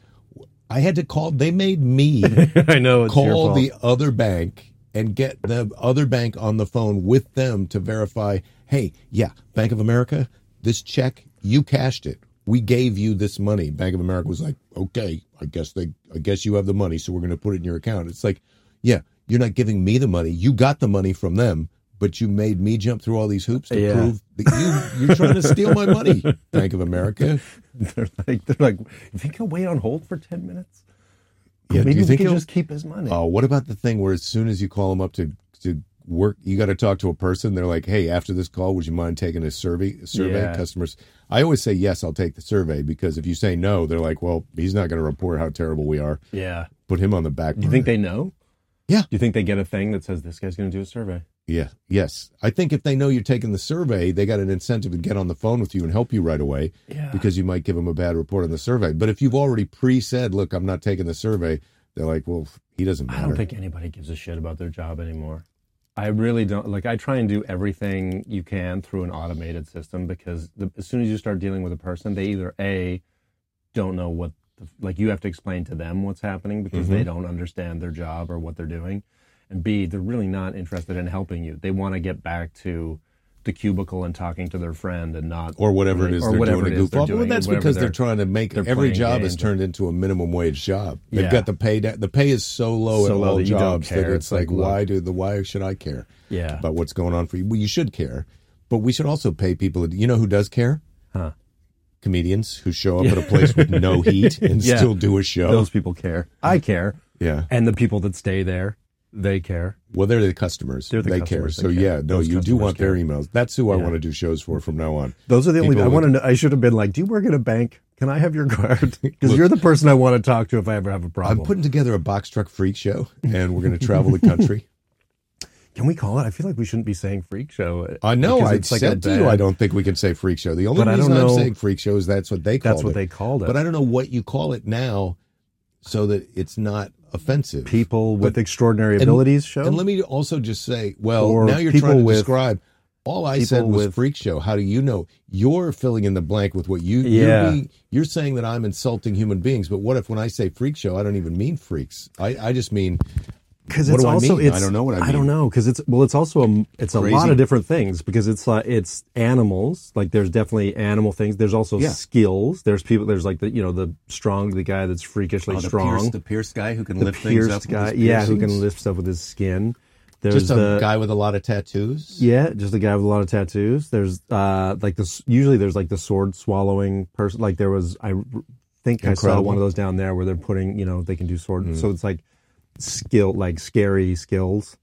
[SPEAKER 2] I had to call. They made me
[SPEAKER 3] I know it's your
[SPEAKER 2] call
[SPEAKER 3] fault.
[SPEAKER 2] the other bank and get the other bank on the phone with them to verify hey yeah bank of america this check you cashed it we gave you this money bank of america was like okay i guess they i guess you have the money so we're going to put it in your account it's like yeah you're not giving me the money you got the money from them but you made me jump through all these hoops to
[SPEAKER 3] Yeah.
[SPEAKER 2] prove that you, you're trying to steal my money bank of america
[SPEAKER 3] they're like they're like, you think he'll wait on hold for ten minutes?
[SPEAKER 2] yeah
[SPEAKER 3] Maybe
[SPEAKER 2] do you think
[SPEAKER 3] we can
[SPEAKER 2] he'll-
[SPEAKER 3] just keep his money.
[SPEAKER 2] Oh, what about the thing where as soon as you call them up to to work, you got to talk to a person. They're like, "Hey, after this call, would you mind taking a survey? A survey,
[SPEAKER 3] Yeah.
[SPEAKER 2] customers." I always say yes, I'll take the survey because if you say no, they're like, "Well, he's not going to report how terrible we are.
[SPEAKER 3] yeah.
[SPEAKER 2] Put him on the back."
[SPEAKER 3] You think they know?
[SPEAKER 2] Yeah.
[SPEAKER 3] Do you think they get a thing that says this guy's going to do a survey?
[SPEAKER 2] Yeah, yes. I think if they know you're taking the survey, they got an incentive to get on the phone with you and help you right away
[SPEAKER 3] Yeah.
[SPEAKER 2] because you might give them a bad report on the survey. But if you've already pre said, "Look, I'm not taking the survey," they're like, "Well, he doesn't matter."
[SPEAKER 3] I don't think anybody gives a shit about their job anymore. I really don't. Like, I try and do everything you can through an automated system because the, as soon as you start dealing with a person, they either A, don't know what, the, like, you have to explain to them what's happening because
[SPEAKER 2] Mm-hmm.
[SPEAKER 3] they don't understand their job or what they're doing. And B, they're really not interested in helping you. They want to get back to the cubicle and talking to their friend and not.
[SPEAKER 2] or whatever it
[SPEAKER 3] Right,
[SPEAKER 2] is
[SPEAKER 3] or
[SPEAKER 2] they're
[SPEAKER 3] whatever
[SPEAKER 2] doing
[SPEAKER 3] it is
[SPEAKER 2] to goof
[SPEAKER 3] they're
[SPEAKER 2] off.
[SPEAKER 3] doing,
[SPEAKER 2] well, that's
[SPEAKER 3] whatever
[SPEAKER 2] because they're,
[SPEAKER 3] they're-
[SPEAKER 2] trying to make
[SPEAKER 3] they're
[SPEAKER 2] every
[SPEAKER 3] playing
[SPEAKER 2] job is
[SPEAKER 3] games.
[SPEAKER 2] turned into a minimum wage job. They've
[SPEAKER 3] Yeah.
[SPEAKER 2] got the pay da- the pay is so low
[SPEAKER 3] So
[SPEAKER 2] at
[SPEAKER 3] low
[SPEAKER 2] all
[SPEAKER 3] that you don't
[SPEAKER 2] jobs that
[SPEAKER 3] care.
[SPEAKER 2] it's
[SPEAKER 3] It's
[SPEAKER 2] like,
[SPEAKER 3] like, look.
[SPEAKER 2] why do the why should I care
[SPEAKER 3] Yeah.
[SPEAKER 2] about what's going on for you? Well, you should care, but we should also pay people. You know who does care?
[SPEAKER 3] Huh.
[SPEAKER 2] Comedians who show up at a place with no heat and
[SPEAKER 3] Yeah.
[SPEAKER 2] still do a show.
[SPEAKER 3] Those people care. I care.
[SPEAKER 2] yeah.
[SPEAKER 3] And the people that stay there, they care.
[SPEAKER 2] Well, they're the customers.
[SPEAKER 3] They're the
[SPEAKER 2] they
[SPEAKER 3] customers.
[SPEAKER 2] care.
[SPEAKER 3] They
[SPEAKER 2] so
[SPEAKER 3] care.
[SPEAKER 2] yeah, no,
[SPEAKER 3] Those
[SPEAKER 2] you do
[SPEAKER 3] customers
[SPEAKER 2] want their emails. That's who I
[SPEAKER 3] Yeah.
[SPEAKER 2] want to do shows for from now on.
[SPEAKER 3] Those are the only.
[SPEAKER 2] People
[SPEAKER 3] I
[SPEAKER 2] would-
[SPEAKER 3] want to. know I should have been like, "Do you work at a bank? Can I have your card? Because you're the person I want to talk to if I ever have a problem."
[SPEAKER 2] I'm putting together a box truck freak show, and we're going to travel the country.
[SPEAKER 3] Can we call it? I feel like we shouldn't be saying freak show. uh,
[SPEAKER 2] I know.
[SPEAKER 3] because
[SPEAKER 2] I
[SPEAKER 3] it's like a
[SPEAKER 2] said to you,
[SPEAKER 3] bad-
[SPEAKER 2] I don't think we can say freak show. The only
[SPEAKER 3] But I
[SPEAKER 2] reason
[SPEAKER 3] don't
[SPEAKER 2] I'm
[SPEAKER 3] know-
[SPEAKER 2] saying freak show is that's what they called
[SPEAKER 3] That's what
[SPEAKER 2] it.
[SPEAKER 3] they called it.
[SPEAKER 2] But I don't know what you call it now, so that it's not offensive.
[SPEAKER 3] people with extraordinary
[SPEAKER 2] and-
[SPEAKER 3] abilities show.
[SPEAKER 2] and let me also just say, well,
[SPEAKER 3] Or
[SPEAKER 2] now you're
[SPEAKER 3] people
[SPEAKER 2] trying to
[SPEAKER 3] with-
[SPEAKER 2] describe. All I said
[SPEAKER 3] people
[SPEAKER 2] was
[SPEAKER 3] with-
[SPEAKER 2] freak show. How do you know? You're filling in the blank with what you. You're,
[SPEAKER 3] Yeah.
[SPEAKER 2] being, you're saying that I'm insulting human beings, but what if when I say freak show, I don't even mean freaks. I, I just mean
[SPEAKER 3] because
[SPEAKER 2] What
[SPEAKER 3] it's
[SPEAKER 2] do I
[SPEAKER 3] also
[SPEAKER 2] mean?
[SPEAKER 3] it's
[SPEAKER 2] I don't know what I
[SPEAKER 3] I
[SPEAKER 2] mean.
[SPEAKER 3] don't know because it's well it's also a, it's a
[SPEAKER 2] Crazy.
[SPEAKER 3] lot of different things because it's like it's animals like there's definitely animal things there's also
[SPEAKER 1] Yeah.
[SPEAKER 3] skills there's people there's like the you know the strong the guy that's freakishly
[SPEAKER 1] Oh, the
[SPEAKER 3] strong
[SPEAKER 1] Pierce, the Pierce guy who can
[SPEAKER 3] the
[SPEAKER 1] lift things up.
[SPEAKER 3] pierced
[SPEAKER 1] with
[SPEAKER 3] guy
[SPEAKER 1] his
[SPEAKER 3] yeah who
[SPEAKER 1] piercings?
[SPEAKER 3] can lift stuff with his skin there's
[SPEAKER 2] just a
[SPEAKER 3] the
[SPEAKER 2] guy with a lot of tattoos.
[SPEAKER 3] Yeah, just a guy with a lot of tattoos. There's uh like this. Usually, there's like the sword swallowing person. Like there was, I r- think I saw
[SPEAKER 2] Incredible.
[SPEAKER 3] one of those down there where they're putting, you know, they can do sword. So it's like skill, like scary skills,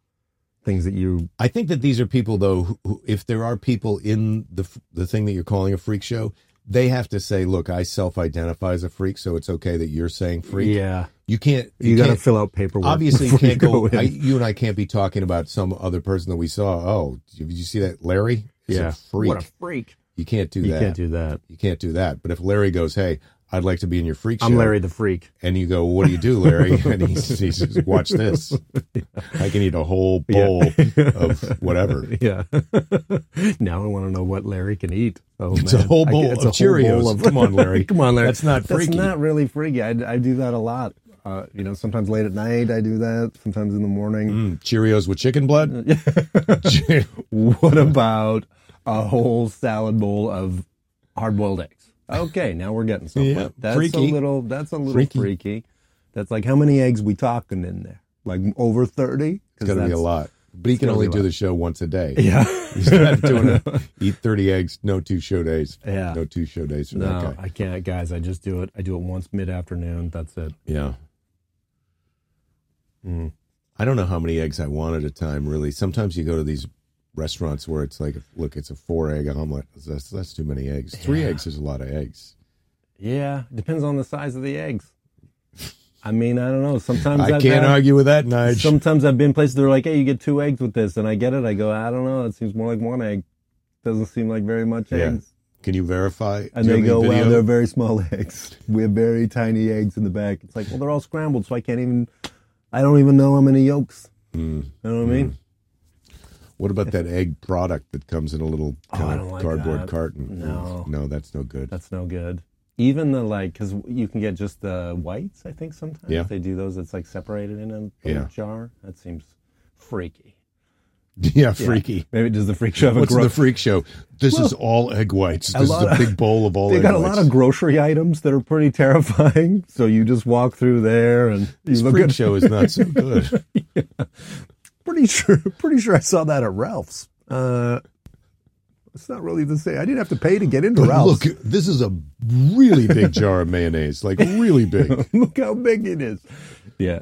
[SPEAKER 3] things that you.
[SPEAKER 2] I think that these are people, though. Who, who, if there are people in the f- the thing that you're calling a freak show, they have to say, "Look, I self-identify as a freak, so it's okay that you're saying freak."
[SPEAKER 3] Yeah,
[SPEAKER 2] You can't.
[SPEAKER 3] you, got to
[SPEAKER 2] can't-
[SPEAKER 3] fill out paperwork.
[SPEAKER 2] Obviously, you
[SPEAKER 3] before
[SPEAKER 2] can't go.
[SPEAKER 3] in.
[SPEAKER 2] I, you and I can't be talking about some other person that we saw. Oh, did you see that Larry? Is
[SPEAKER 3] Yeah.
[SPEAKER 2] a freak.
[SPEAKER 3] freak!
[SPEAKER 2] you can't do
[SPEAKER 3] You
[SPEAKER 2] that.
[SPEAKER 3] can't do that.
[SPEAKER 2] you can't do that. But if Larry goes, "Hey, I'd like to be in your freak
[SPEAKER 3] I'm
[SPEAKER 2] show,"
[SPEAKER 3] Larry the Freak.
[SPEAKER 2] and you go, "What do you do, Larry?" and he, he says, "Watch this. I can eat a whole
[SPEAKER 3] Yeah.
[SPEAKER 2] bowl of whatever."
[SPEAKER 3] Yeah. now I want to know what Larry can eat. Oh,
[SPEAKER 2] It's a
[SPEAKER 3] man.
[SPEAKER 2] whole
[SPEAKER 3] I-
[SPEAKER 2] bowl
[SPEAKER 3] it's
[SPEAKER 2] of
[SPEAKER 3] a whole bowl
[SPEAKER 2] Cheerios.
[SPEAKER 3] of-
[SPEAKER 2] Come on, Larry.
[SPEAKER 3] Come on, Larry.
[SPEAKER 2] That's not freaky.
[SPEAKER 3] That's not really freaky. I, I do that a lot. Uh, you know, sometimes late at night I do that. Sometimes in the morning.
[SPEAKER 2] Mm, Cheerios with chicken blood. Mm.
[SPEAKER 3] What about a whole salad bowl of hard-boiled eggs? Okay, now we're getting somewhere.
[SPEAKER 2] Yeah,
[SPEAKER 3] that's
[SPEAKER 2] freaky.
[SPEAKER 3] a little. That's a little
[SPEAKER 2] Freaky.
[SPEAKER 3] freaky. That's like how many eggs we talking in there? Like over thirty?
[SPEAKER 2] It's gonna be a lot. But he can
[SPEAKER 3] gonna
[SPEAKER 2] only
[SPEAKER 3] be a
[SPEAKER 2] do
[SPEAKER 3] lot.
[SPEAKER 2] the show once a day.
[SPEAKER 3] Yeah.
[SPEAKER 2] He's not doing it. Eat thirty eggs, no two show days.
[SPEAKER 3] Yeah.
[SPEAKER 2] No two show days for
[SPEAKER 3] No,
[SPEAKER 2] that guy.
[SPEAKER 3] I can't, guys. I just do it. I do it once mid afternoon. That's it.
[SPEAKER 2] Yeah. Mm. I don't know how many eggs I want at a time. Really, sometimes you go to these restaurants where it's like, look, it's a four egg omelet. That's that's too many eggs. Three
[SPEAKER 3] Yeah.
[SPEAKER 2] eggs is a lot of eggs.
[SPEAKER 3] Yeah, depends on the size of the eggs. I mean, I don't know. Sometimes
[SPEAKER 2] I
[SPEAKER 3] I've
[SPEAKER 2] can't
[SPEAKER 3] had-
[SPEAKER 2] argue with that, Nige.
[SPEAKER 3] Sometimes I've been places they're like, "Hey, you get two eggs with this," and I get it. I go, "I don't know. It seems more like one egg. Doesn't seem like very much
[SPEAKER 2] Yeah.
[SPEAKER 3] eggs."
[SPEAKER 2] can you verify?
[SPEAKER 3] And
[SPEAKER 2] Do you
[SPEAKER 3] they go,
[SPEAKER 2] have any
[SPEAKER 3] "Well,
[SPEAKER 2] video?
[SPEAKER 3] they're very small eggs. We have very tiny eggs in the back." It's like, well, they're all scrambled, so I can't even. I don't even know how many yolks.
[SPEAKER 2] Hmm.
[SPEAKER 3] You know what I mean?
[SPEAKER 2] What about that egg product that comes in a little
[SPEAKER 3] Oh,
[SPEAKER 2] kind
[SPEAKER 3] I
[SPEAKER 2] of
[SPEAKER 3] don't like
[SPEAKER 2] cardboard
[SPEAKER 3] that.
[SPEAKER 2] carton?
[SPEAKER 3] No.
[SPEAKER 2] no, that's no good.
[SPEAKER 3] That's no good. even the like because you can get just the whites. I think sometimes
[SPEAKER 2] Yeah.
[SPEAKER 3] they do those. That's like separated in a, in a
[SPEAKER 2] Yeah.
[SPEAKER 3] jar. That seems freaky.
[SPEAKER 2] yeah, freaky.
[SPEAKER 3] Maybe does the freak show have a
[SPEAKER 2] What's
[SPEAKER 3] gro-
[SPEAKER 2] the freak show? This is all egg whites. This
[SPEAKER 3] lot
[SPEAKER 2] is a
[SPEAKER 3] of-
[SPEAKER 2] big bowl of all
[SPEAKER 3] They
[SPEAKER 2] egg
[SPEAKER 3] got a
[SPEAKER 2] whites.
[SPEAKER 3] lot of grocery items that are pretty terrifying. So you just walk through there and you
[SPEAKER 2] this
[SPEAKER 3] look
[SPEAKER 2] freak
[SPEAKER 3] at.
[SPEAKER 2] show is not so good.
[SPEAKER 3] Pretty sure, pretty sure I saw that at Ralph's. Uh, it's not really the same. I didn't have to pay to get into
[SPEAKER 2] But
[SPEAKER 3] Ralph's.
[SPEAKER 2] look, this is a really big jar of mayonnaise, like really big.
[SPEAKER 3] Look how big it is. Yeah.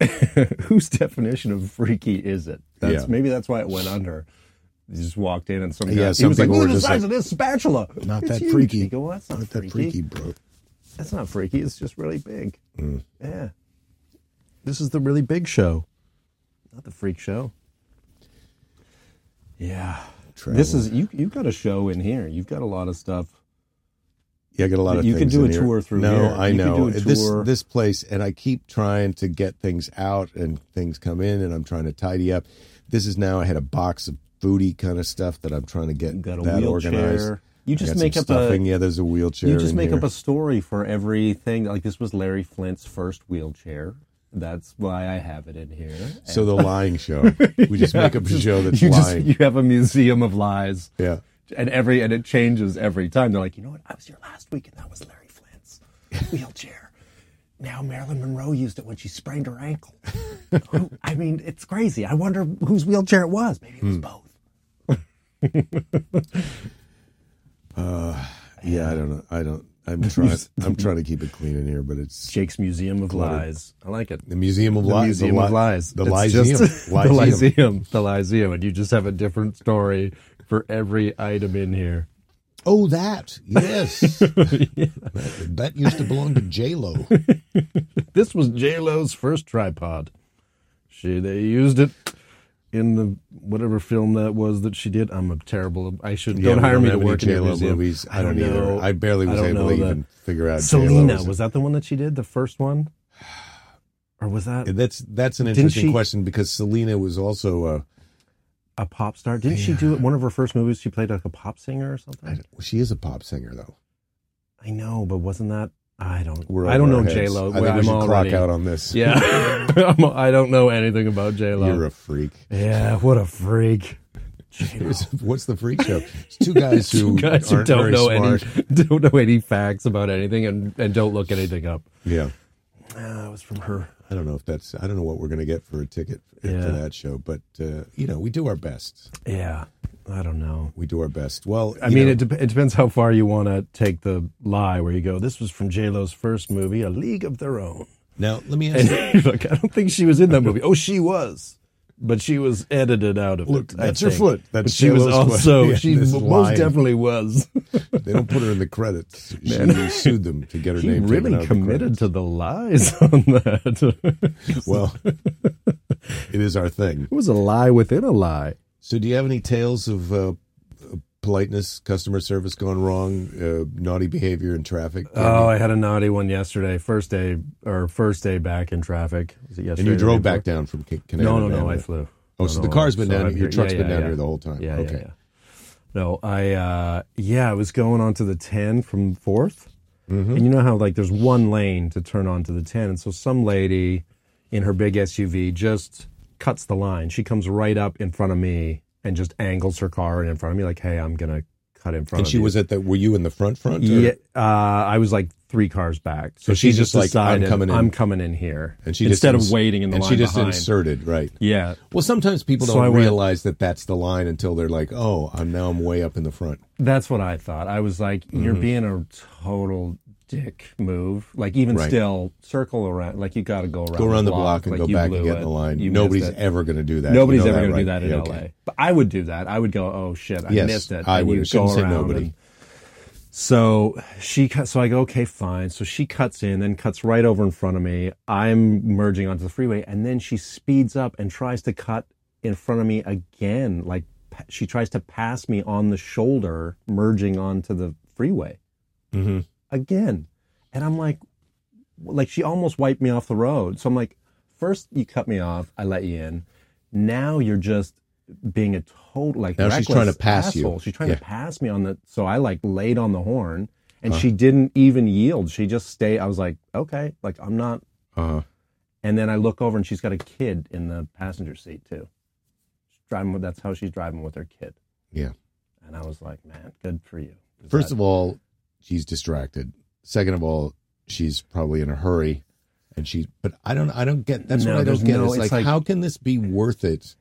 [SPEAKER 3] Whose definition of freaky is it? That's
[SPEAKER 2] Yeah.
[SPEAKER 3] maybe that's why it went under. You just walked in and some guy
[SPEAKER 2] Yeah,
[SPEAKER 3] he
[SPEAKER 2] some
[SPEAKER 3] was like,
[SPEAKER 2] people
[SPEAKER 3] "Look
[SPEAKER 2] were
[SPEAKER 3] at the
[SPEAKER 2] just
[SPEAKER 3] size of this spatula."
[SPEAKER 2] Not
[SPEAKER 3] It's
[SPEAKER 2] that
[SPEAKER 3] huge."
[SPEAKER 2] freaky.
[SPEAKER 3] You go, well, that's not,
[SPEAKER 2] Not
[SPEAKER 3] freaky.
[SPEAKER 2] that freaky, bro.
[SPEAKER 3] That's not freaky. It's just really big. Yeah. Mm. This is the really big show, not the freak show. Yeah. This is you. You've got a show in here. You've got a lot of stuff.
[SPEAKER 2] Yeah, I got a lot of.
[SPEAKER 3] You could
[SPEAKER 2] things
[SPEAKER 3] do
[SPEAKER 2] in
[SPEAKER 3] a
[SPEAKER 2] here.
[SPEAKER 3] tour through
[SPEAKER 2] No,
[SPEAKER 3] here.
[SPEAKER 2] I
[SPEAKER 3] You could
[SPEAKER 2] know
[SPEAKER 3] do a
[SPEAKER 2] this
[SPEAKER 3] tour.
[SPEAKER 2] this place, and I keep trying to get things out, and things come in, and I'm trying to tidy up. This is now. I had a box of foodie kind of stuff that I'm trying to get
[SPEAKER 3] You got a
[SPEAKER 2] that
[SPEAKER 3] wheelchair.
[SPEAKER 2] organized.
[SPEAKER 3] You
[SPEAKER 2] I
[SPEAKER 3] just
[SPEAKER 2] got some
[SPEAKER 3] make up a
[SPEAKER 2] stuffing. yeah, there's a wheelchair.
[SPEAKER 3] You just
[SPEAKER 2] in
[SPEAKER 3] make
[SPEAKER 2] here.
[SPEAKER 3] up a story for everything. Like this was Larry Flint's first wheelchair. That's why I have it in here.
[SPEAKER 2] So the lying show. We just make up a show that's
[SPEAKER 3] you
[SPEAKER 2] lying.
[SPEAKER 3] you have a museum of lies,
[SPEAKER 2] yeah.
[SPEAKER 3] and every and it changes every time. They're like, you know what? I was here last week, and that was Larry Flint's wheelchair. Now Marilyn Monroe used it when she sprained her ankle. Who- I mean, it's crazy. I wonder whose wheelchair it was. Maybe it was both.
[SPEAKER 2] Yeah, I don't know. I don't I'm trying I'm trying to keep it clean in here, but it's
[SPEAKER 3] Jake's Museum of Lies. I like it.
[SPEAKER 2] the Museum of Lies.
[SPEAKER 3] Museum
[SPEAKER 2] the
[SPEAKER 3] of
[SPEAKER 2] Li-
[SPEAKER 3] Lies.
[SPEAKER 2] The
[SPEAKER 3] It's
[SPEAKER 2] Lyseum.
[SPEAKER 3] just- the
[SPEAKER 2] Lyseum.
[SPEAKER 3] Lyseum. The Lyseum. And you just have a different story for every item in here.
[SPEAKER 2] Oh that. Yes. that, that used to belong to J Lo.
[SPEAKER 3] This was J-Lo's first tripod. She They used it in the whatever film that was that she did. I'm a terrible. I should don't hire me to work in
[SPEAKER 2] J
[SPEAKER 3] your
[SPEAKER 2] Lo
[SPEAKER 3] museum.
[SPEAKER 2] movies. I don't, either.
[SPEAKER 3] know.
[SPEAKER 2] I barely was
[SPEAKER 3] don't
[SPEAKER 2] able to
[SPEAKER 3] know
[SPEAKER 2] even figure out
[SPEAKER 3] that.
[SPEAKER 2] J-Lo
[SPEAKER 3] Selena.
[SPEAKER 2] was-
[SPEAKER 3] Was that the one that she did? The first one? Or was that
[SPEAKER 2] That's that's an
[SPEAKER 3] Didn't
[SPEAKER 2] interesting
[SPEAKER 3] she-
[SPEAKER 2] question because Selena was also uh,
[SPEAKER 3] a pop star? Didn't she do it? One of her first movies, she played like a pop singer or something.
[SPEAKER 2] I don't- she is a pop singer though.
[SPEAKER 3] I know, but wasn't that? I don't.
[SPEAKER 2] We're
[SPEAKER 3] I don't
[SPEAKER 2] over
[SPEAKER 3] know
[SPEAKER 2] our
[SPEAKER 3] J
[SPEAKER 2] heads.
[SPEAKER 3] Lo.
[SPEAKER 2] I think we
[SPEAKER 3] I'm
[SPEAKER 2] should
[SPEAKER 3] already.
[SPEAKER 2] clock out on this.
[SPEAKER 3] Yeah, I'm, I don't know anything about J
[SPEAKER 2] You're
[SPEAKER 3] Lo.
[SPEAKER 2] a freak.
[SPEAKER 3] Yeah, what a freak.
[SPEAKER 2] It's- what's the freak show? It's two guys who,
[SPEAKER 3] You guys who
[SPEAKER 2] aren't
[SPEAKER 3] don't
[SPEAKER 2] very
[SPEAKER 3] know
[SPEAKER 2] smart.
[SPEAKER 3] any don't know any facts about anything and, and don't look anything up.
[SPEAKER 2] Yeah,
[SPEAKER 3] Uh, it was from her.
[SPEAKER 2] I don't know if that's. I don't know what we're gonna get for a ticket
[SPEAKER 3] Yeah.
[SPEAKER 2] for that show, but uh, you know, we do our best.
[SPEAKER 3] Yeah, I don't know.
[SPEAKER 2] We do our best. Well,
[SPEAKER 3] I mean, it, dep it depends how far you want to take the lie. Where you go, this was from J Lo's first movie, A League of Their Own.
[SPEAKER 2] now let me ask. you,
[SPEAKER 3] And look, I don't think she was in that movie. Oh, she was, but she was edited out of
[SPEAKER 2] Look,
[SPEAKER 3] it. I
[SPEAKER 2] that's her
[SPEAKER 3] think.
[SPEAKER 2] foot.
[SPEAKER 3] But
[SPEAKER 2] That's
[SPEAKER 3] she was
[SPEAKER 2] J-Lo's foot.
[SPEAKER 3] also
[SPEAKER 2] Yeah,
[SPEAKER 3] she
[SPEAKER 2] this is
[SPEAKER 3] most
[SPEAKER 2] lying.
[SPEAKER 3] definitely was.
[SPEAKER 2] they don't put her in the credits. She sued them to get her
[SPEAKER 3] He
[SPEAKER 2] name. taken out
[SPEAKER 3] really
[SPEAKER 2] of the
[SPEAKER 3] committed to the lies on that.
[SPEAKER 2] credits. Well, it is our thing.
[SPEAKER 3] it was a lie within a lie.
[SPEAKER 2] So, do you have any tales of uh, politeness, customer service gone wrong, uh, naughty behavior in traffic?
[SPEAKER 3] Oh, I had a naughty one yesterday. First day or first day back in traffic. Was it yesterday?
[SPEAKER 2] and
[SPEAKER 3] or
[SPEAKER 2] you
[SPEAKER 3] the
[SPEAKER 2] drove
[SPEAKER 3] day
[SPEAKER 2] back
[SPEAKER 3] before?
[SPEAKER 2] down from Ca- Connecticut.
[SPEAKER 3] No, no, no.
[SPEAKER 2] haven't
[SPEAKER 3] I
[SPEAKER 2] you?
[SPEAKER 3] flew.
[SPEAKER 2] Oh,
[SPEAKER 3] No,
[SPEAKER 2] so
[SPEAKER 3] no,
[SPEAKER 2] the car's been
[SPEAKER 3] so
[SPEAKER 2] down.
[SPEAKER 3] I'm
[SPEAKER 2] Your
[SPEAKER 3] here.
[SPEAKER 2] truck's
[SPEAKER 3] Yeah,
[SPEAKER 2] been
[SPEAKER 3] yeah,
[SPEAKER 2] down
[SPEAKER 3] yeah.
[SPEAKER 2] here the whole time.
[SPEAKER 3] Yeah,
[SPEAKER 2] okay.
[SPEAKER 3] yeah, yeah. No, I uh yeah, I was going onto the ten from 4th
[SPEAKER 2] Mm-hmm.
[SPEAKER 3] and you know how like there's one lane to turn onto the ten, and so some lady in her big SUV just cuts the line. She comes right up in front of me and just angles her car in front of me, like, "Hey, I'm gonna cut in front."
[SPEAKER 2] And
[SPEAKER 3] of
[SPEAKER 2] she
[SPEAKER 3] you.
[SPEAKER 2] was at the. Were you in the front front? or-
[SPEAKER 3] Yeah, uh, I was like three cars back. So, she
[SPEAKER 2] she's
[SPEAKER 3] just
[SPEAKER 2] just like, I'm
[SPEAKER 3] decided,
[SPEAKER 2] coming in.
[SPEAKER 3] coming in here.
[SPEAKER 2] And she
[SPEAKER 3] instead
[SPEAKER 2] just
[SPEAKER 3] of
[SPEAKER 2] ins-
[SPEAKER 3] waiting in the
[SPEAKER 2] and
[SPEAKER 3] line
[SPEAKER 2] she just
[SPEAKER 3] behind.
[SPEAKER 2] inserted right.
[SPEAKER 3] yeah,
[SPEAKER 2] Well, sometimes people
[SPEAKER 3] So
[SPEAKER 2] don't
[SPEAKER 3] I went-
[SPEAKER 2] realize that that's the line until they're like, "Oh, I'm now I'm way up in the front."
[SPEAKER 3] that's what I thought. I was like, you're
[SPEAKER 2] Mm-hmm.
[SPEAKER 3] being a total dick move. Like even
[SPEAKER 2] Right.
[SPEAKER 3] still, circle around. Like you got to go around,
[SPEAKER 2] Go around the block and
[SPEAKER 3] Like,
[SPEAKER 2] go
[SPEAKER 3] you
[SPEAKER 2] back
[SPEAKER 3] blew
[SPEAKER 2] and get
[SPEAKER 3] it.
[SPEAKER 2] in the line.
[SPEAKER 3] You missed
[SPEAKER 2] Nobody's
[SPEAKER 3] it.
[SPEAKER 2] ever going to do that.
[SPEAKER 3] Nobody's
[SPEAKER 2] You know
[SPEAKER 3] ever going
[SPEAKER 2] right?
[SPEAKER 3] to do that in
[SPEAKER 2] Yeah,
[SPEAKER 3] LA.
[SPEAKER 2] okay.
[SPEAKER 3] But I would do that. I would go, oh shit, I
[SPEAKER 2] Yes,
[SPEAKER 3] missed it.
[SPEAKER 2] I
[SPEAKER 3] And
[SPEAKER 2] would.
[SPEAKER 3] you
[SPEAKER 2] I shouldn't
[SPEAKER 3] go
[SPEAKER 2] say
[SPEAKER 3] around
[SPEAKER 2] nobody.
[SPEAKER 3] and- so she cut. So I go, okay, fine. So she cuts in, then cuts right over in front of me. I'm merging onto the freeway, and then she speeds up and tries to cut in front of me again. Like pa- she tries to pass me on the shoulder, merging onto the freeway
[SPEAKER 2] Mm-hmm.
[SPEAKER 3] again. And I'm like, like she almost wiped me off the road. So I'm like, first you cut me off, I let you in. Now you're just being a total like
[SPEAKER 2] Now she's
[SPEAKER 3] reckless
[SPEAKER 2] trying to pass you.
[SPEAKER 3] asshole. She's trying
[SPEAKER 2] Yeah.
[SPEAKER 3] to pass me on the so I like laid on the horn and
[SPEAKER 2] Uh-huh.
[SPEAKER 3] she didn't even yield. She just stayed. I was like, okay, like I'm not.
[SPEAKER 2] Uh,
[SPEAKER 3] And then I look over and she's got a kid in the passenger seat too. She's driving. with- That's how she's driving with her kid.
[SPEAKER 2] Yeah.
[SPEAKER 3] And I was like, man, good for you.
[SPEAKER 2] first of all, she's distracted. Second of all, she's probably in a hurry, and she. But I don't. I don't get. That's
[SPEAKER 3] No,
[SPEAKER 2] what I
[SPEAKER 3] there's
[SPEAKER 2] don't get.
[SPEAKER 3] no-
[SPEAKER 2] it's,
[SPEAKER 3] it's
[SPEAKER 2] like,
[SPEAKER 3] like-
[SPEAKER 2] how can this be worth it?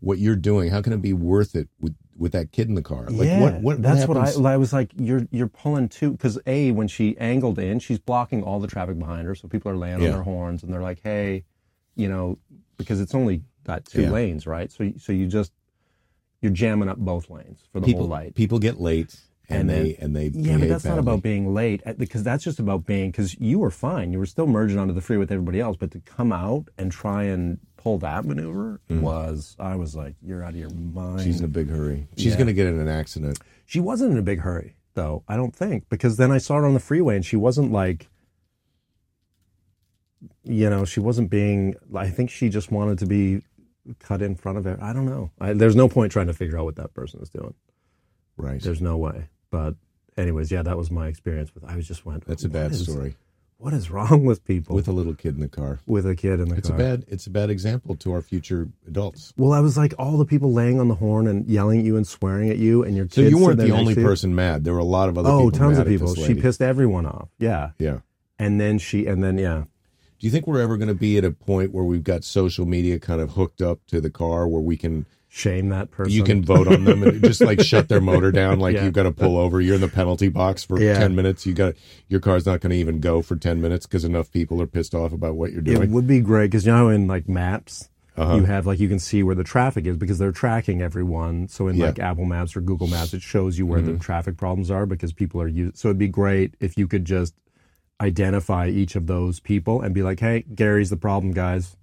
[SPEAKER 2] What you're doing? How can it be worth it with with that kid in the car? Like
[SPEAKER 3] yeah,
[SPEAKER 2] what? What?
[SPEAKER 3] that's
[SPEAKER 2] what,
[SPEAKER 3] what I,
[SPEAKER 2] happens-
[SPEAKER 3] I was like. You're you're pulling two because a when she angled in, she's blocking all the traffic behind her, so people are laying
[SPEAKER 2] Yeah.
[SPEAKER 3] on their horns and they're like, hey, you know, because it's only got two
[SPEAKER 2] Yeah.
[SPEAKER 3] lanes, right? So so you just you're jamming up both lanes for the
[SPEAKER 2] people
[SPEAKER 3] whole light.
[SPEAKER 2] people get late and,
[SPEAKER 3] And
[SPEAKER 2] they and they
[SPEAKER 3] Yeah, but
[SPEAKER 2] behave
[SPEAKER 3] that's not
[SPEAKER 2] badly.
[SPEAKER 3] about being late uh, because that's just about being because you were fine. You were still merging onto the freeway with everybody else, but to come out and try and pull that maneuver
[SPEAKER 2] Mm.
[SPEAKER 3] was I was like, you're out of your mind.
[SPEAKER 2] She's in a big hurry. She's
[SPEAKER 3] Yeah.
[SPEAKER 2] going to get in an accident.
[SPEAKER 3] She wasn't in a big hurry, though, I don't think, because then I saw her on the freeway and she wasn't like, you know, she wasn't being, I think she just wanted to be cut in front of her. I don't know. I, there's no point trying to figure out what that person is doing.
[SPEAKER 2] Right.
[SPEAKER 3] There's no way. But, anyways, yeah, that was my experience with, I was just went,
[SPEAKER 2] That's a bad
[SPEAKER 3] "What is-
[SPEAKER 2] story
[SPEAKER 3] What is wrong with people
[SPEAKER 2] with
[SPEAKER 3] with,
[SPEAKER 2] a little kid in the car.
[SPEAKER 3] a kid in the
[SPEAKER 2] It's
[SPEAKER 3] car?
[SPEAKER 2] a bad. It's a bad example to our future adults.
[SPEAKER 3] well, I was like, all the people laying on the horn and yelling at you and swearing at you, and your kids.
[SPEAKER 2] So you
[SPEAKER 3] sit
[SPEAKER 2] weren't
[SPEAKER 3] there
[SPEAKER 2] the
[SPEAKER 3] next
[SPEAKER 2] only
[SPEAKER 3] to you.
[SPEAKER 2] person mad. There were a lot of other
[SPEAKER 3] Oh,
[SPEAKER 2] people.
[SPEAKER 3] tons
[SPEAKER 2] mad
[SPEAKER 3] of
[SPEAKER 2] at
[SPEAKER 3] people.
[SPEAKER 2] this
[SPEAKER 3] She
[SPEAKER 2] lady.
[SPEAKER 3] pissed everyone off. Yeah.
[SPEAKER 2] Yeah.
[SPEAKER 3] and then she and then yeah
[SPEAKER 2] Do you think we're ever going to be at a point where we've got social media kind of hooked up to the car where we can
[SPEAKER 3] shame that person
[SPEAKER 2] you can vote on them and just like shut their motor down like
[SPEAKER 3] Yeah.
[SPEAKER 2] you've got to pull over you're in the penalty box for
[SPEAKER 3] Yeah.
[SPEAKER 2] 10 minutes you got your car's not going to even go for 10 minutes cuz enough people are pissed off about what you're
[SPEAKER 3] it
[SPEAKER 2] doing.
[SPEAKER 3] would be great because you know how in like maps
[SPEAKER 2] Uh-huh.
[SPEAKER 3] you have like you can see where the traffic is because they're tracking everyone so in
[SPEAKER 2] Yeah. Mm-hmm.
[SPEAKER 3] like apple maps or google maps it shows you where the traffic problems are because people are used so it'd be great if you could just identify each of those people and be like hey gary's the problem guys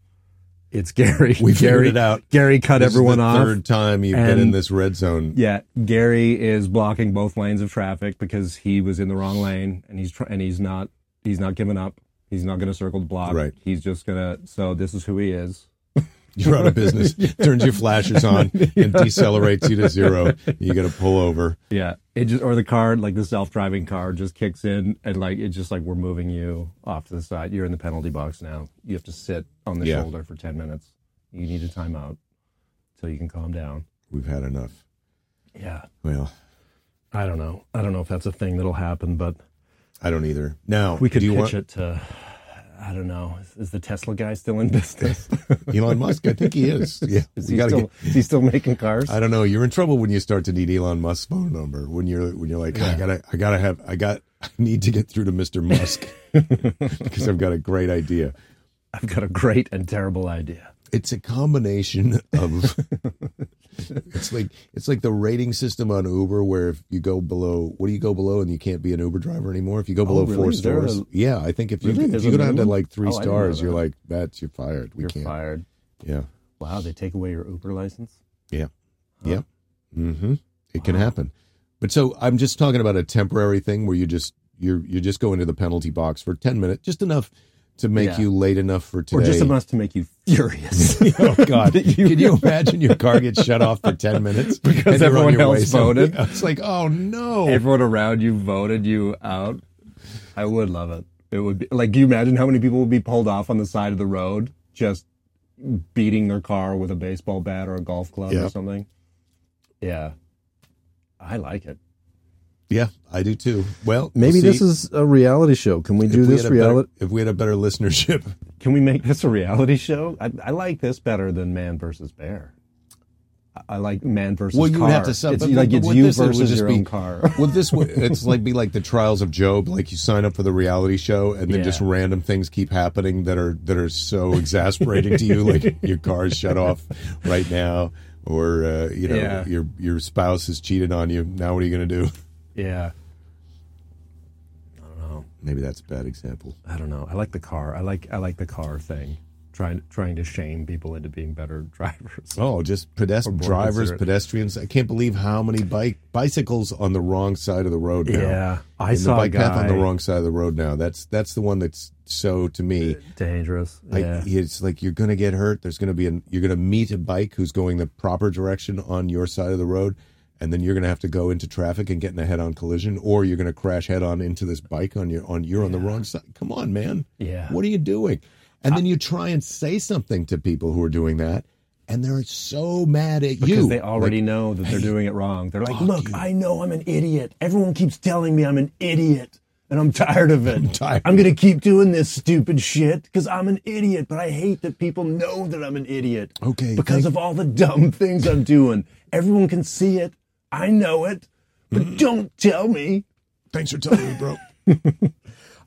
[SPEAKER 3] it's gary
[SPEAKER 2] We figured
[SPEAKER 3] gary
[SPEAKER 2] it out.
[SPEAKER 3] gary cut
[SPEAKER 2] This is
[SPEAKER 3] everyone
[SPEAKER 2] the
[SPEAKER 3] off
[SPEAKER 2] Third time you've been in
[SPEAKER 3] and-
[SPEAKER 2] this red zone.
[SPEAKER 3] Yeah, Gary is blocking both lanes of traffic because he was in the wrong lane, and he's tr- and he's not he's not giving up. He's not going to circle the block.
[SPEAKER 2] Right.
[SPEAKER 3] He's just gonna. So this is who he is.
[SPEAKER 2] You're out of business. Turns your flashers on and decelerates you to zero. You got to pull over.
[SPEAKER 3] Yeah. It just or the car like the self driving car just kicks in and like it's just like we're moving you off to the side. You're in the penalty box now. You have to sit on the
[SPEAKER 2] Yeah.
[SPEAKER 3] shoulder for ten minutes. You need a timeout so you can calm down.
[SPEAKER 2] We've had enough.
[SPEAKER 3] Yeah.
[SPEAKER 2] Well,
[SPEAKER 3] I don't know. I don't know if that's a thing that'll happen, but
[SPEAKER 2] I don't either. Now
[SPEAKER 3] we could
[SPEAKER 2] do
[SPEAKER 3] pitch
[SPEAKER 2] you want,
[SPEAKER 3] it to. I don't know. Is, is the Tesla guy still in business?
[SPEAKER 2] Elon Musk. I think he is. Yeah,
[SPEAKER 3] Is
[SPEAKER 2] we
[SPEAKER 3] he,
[SPEAKER 2] gotta
[SPEAKER 3] still,
[SPEAKER 2] get-
[SPEAKER 3] is he still making cars?
[SPEAKER 2] I don't know. You're in trouble when you start to need Elon Musk's phone number. When you're when you're like, I gotta, I gotta have, I got, I need to get through to Mr. Musk because I've got a great idea.
[SPEAKER 3] I've got a great and terrible idea.
[SPEAKER 2] it's a combination of it's like it's like the rating system on Uber where if you go below what do you go below and you can't be an Uber driver anymore if you go below
[SPEAKER 3] Oh, really?
[SPEAKER 2] four
[SPEAKER 3] Is there
[SPEAKER 2] stars
[SPEAKER 3] a-
[SPEAKER 2] yeah I think if you
[SPEAKER 3] Really?
[SPEAKER 2] if
[SPEAKER 3] There's
[SPEAKER 2] you
[SPEAKER 3] a
[SPEAKER 2] go down to
[SPEAKER 3] minimum?
[SPEAKER 2] like
[SPEAKER 3] Oh,
[SPEAKER 2] three
[SPEAKER 3] I didn't know
[SPEAKER 2] stars
[SPEAKER 3] that.
[SPEAKER 2] you're like that's you're fired we
[SPEAKER 3] You're
[SPEAKER 2] can't
[SPEAKER 3] fired.
[SPEAKER 2] yeah
[SPEAKER 3] Wow, they take away your Uber license?
[SPEAKER 2] yeah yeah mm-hmm it can happen but so I'm just talking about a temporary thing where you just you're you just go into the penalty box for ten minutes just enough to make
[SPEAKER 3] Yeah.
[SPEAKER 2] you late enough for today
[SPEAKER 3] Or just enough to make you furious.
[SPEAKER 2] Oh God!
[SPEAKER 3] You-
[SPEAKER 2] Can you imagine your car gets shut off for ten minutes because
[SPEAKER 3] everyone else voted?
[SPEAKER 2] It's like, oh no!
[SPEAKER 3] Everyone around you voted you out. I would love it. It would be like, can you imagine how many people would be pulled off on the side of the road just beating their car with a baseball bat or a golf club
[SPEAKER 2] Yeah.
[SPEAKER 3] or something? Yeah. I like it.
[SPEAKER 2] yeah, I do too. Well,
[SPEAKER 3] Maybe
[SPEAKER 2] see,
[SPEAKER 3] this is a reality show. Can we do
[SPEAKER 2] if we
[SPEAKER 3] this
[SPEAKER 2] had a better-
[SPEAKER 3] reality?
[SPEAKER 2] If we had a better listenership,
[SPEAKER 3] Can we make this a reality show? I, I like this better than Man versus Bear. I- I like Man versus
[SPEAKER 2] well,
[SPEAKER 3] Car.
[SPEAKER 2] you would have to sub.
[SPEAKER 3] It's
[SPEAKER 2] but
[SPEAKER 3] like
[SPEAKER 2] with
[SPEAKER 3] it's you
[SPEAKER 2] this, it would
[SPEAKER 3] versus
[SPEAKER 2] just
[SPEAKER 3] your
[SPEAKER 2] be,
[SPEAKER 3] own car.
[SPEAKER 2] Well, this would- it's like be like the trials of Job. Like you sign up for the reality show, and then
[SPEAKER 3] Yeah.
[SPEAKER 2] just random things keep happening that are that are so exasperating to you. Like your car is shut off right now, or uh, you know
[SPEAKER 3] Yeah.
[SPEAKER 2] your your spouse has cheated on you. Now what are you going to do?
[SPEAKER 3] yeah.
[SPEAKER 2] Maybe that's a bad example.
[SPEAKER 3] I don't know. I like the car. I like I like the car thing. Trying trying to shame people into being better drivers.
[SPEAKER 2] Oh, just pedestrian
[SPEAKER 3] more
[SPEAKER 2] drivers,
[SPEAKER 3] considerate.
[SPEAKER 2] pedestrians. I can't believe how many bike bicycles on the wrong side of the road now.
[SPEAKER 3] Yeah, I
[SPEAKER 2] and the
[SPEAKER 3] saw a
[SPEAKER 2] bike
[SPEAKER 3] guy
[SPEAKER 2] path on the wrong side of the road now. That's that's the one that's so to me.
[SPEAKER 3] Uh, dangerous.
[SPEAKER 2] I,
[SPEAKER 3] yeah.
[SPEAKER 2] It's like you're going to get hurt. There's going to be an you're going to meet a bike who's going the proper direction on your side of the road, and then you're going to have to go into traffic and get in a head-on collision, or you're going to crash head-on into this bike on your on you're on the wrong side. Come on, man.
[SPEAKER 3] Yeah.
[SPEAKER 2] What are you doing? And then you try and say something to people who are doing that, and they're so mad at
[SPEAKER 3] Because
[SPEAKER 2] you.
[SPEAKER 3] they already know that they're doing it wrong. They're like, look, I know I'm an idiot. Everyone keeps telling me I'm an idiot. And I'm tired of it. I'm
[SPEAKER 2] tired
[SPEAKER 3] I'm going to keep doing this stupid shit because I'm an idiot. But I hate that people know that I'm an idiot.
[SPEAKER 2] Okay,
[SPEAKER 3] Because
[SPEAKER 2] thank-
[SPEAKER 3] of all the dumb things I'm doing. Everyone can see it. I know it. But
[SPEAKER 2] Mm-hmm.
[SPEAKER 3] don't tell me.
[SPEAKER 2] Thanks for telling me, bro.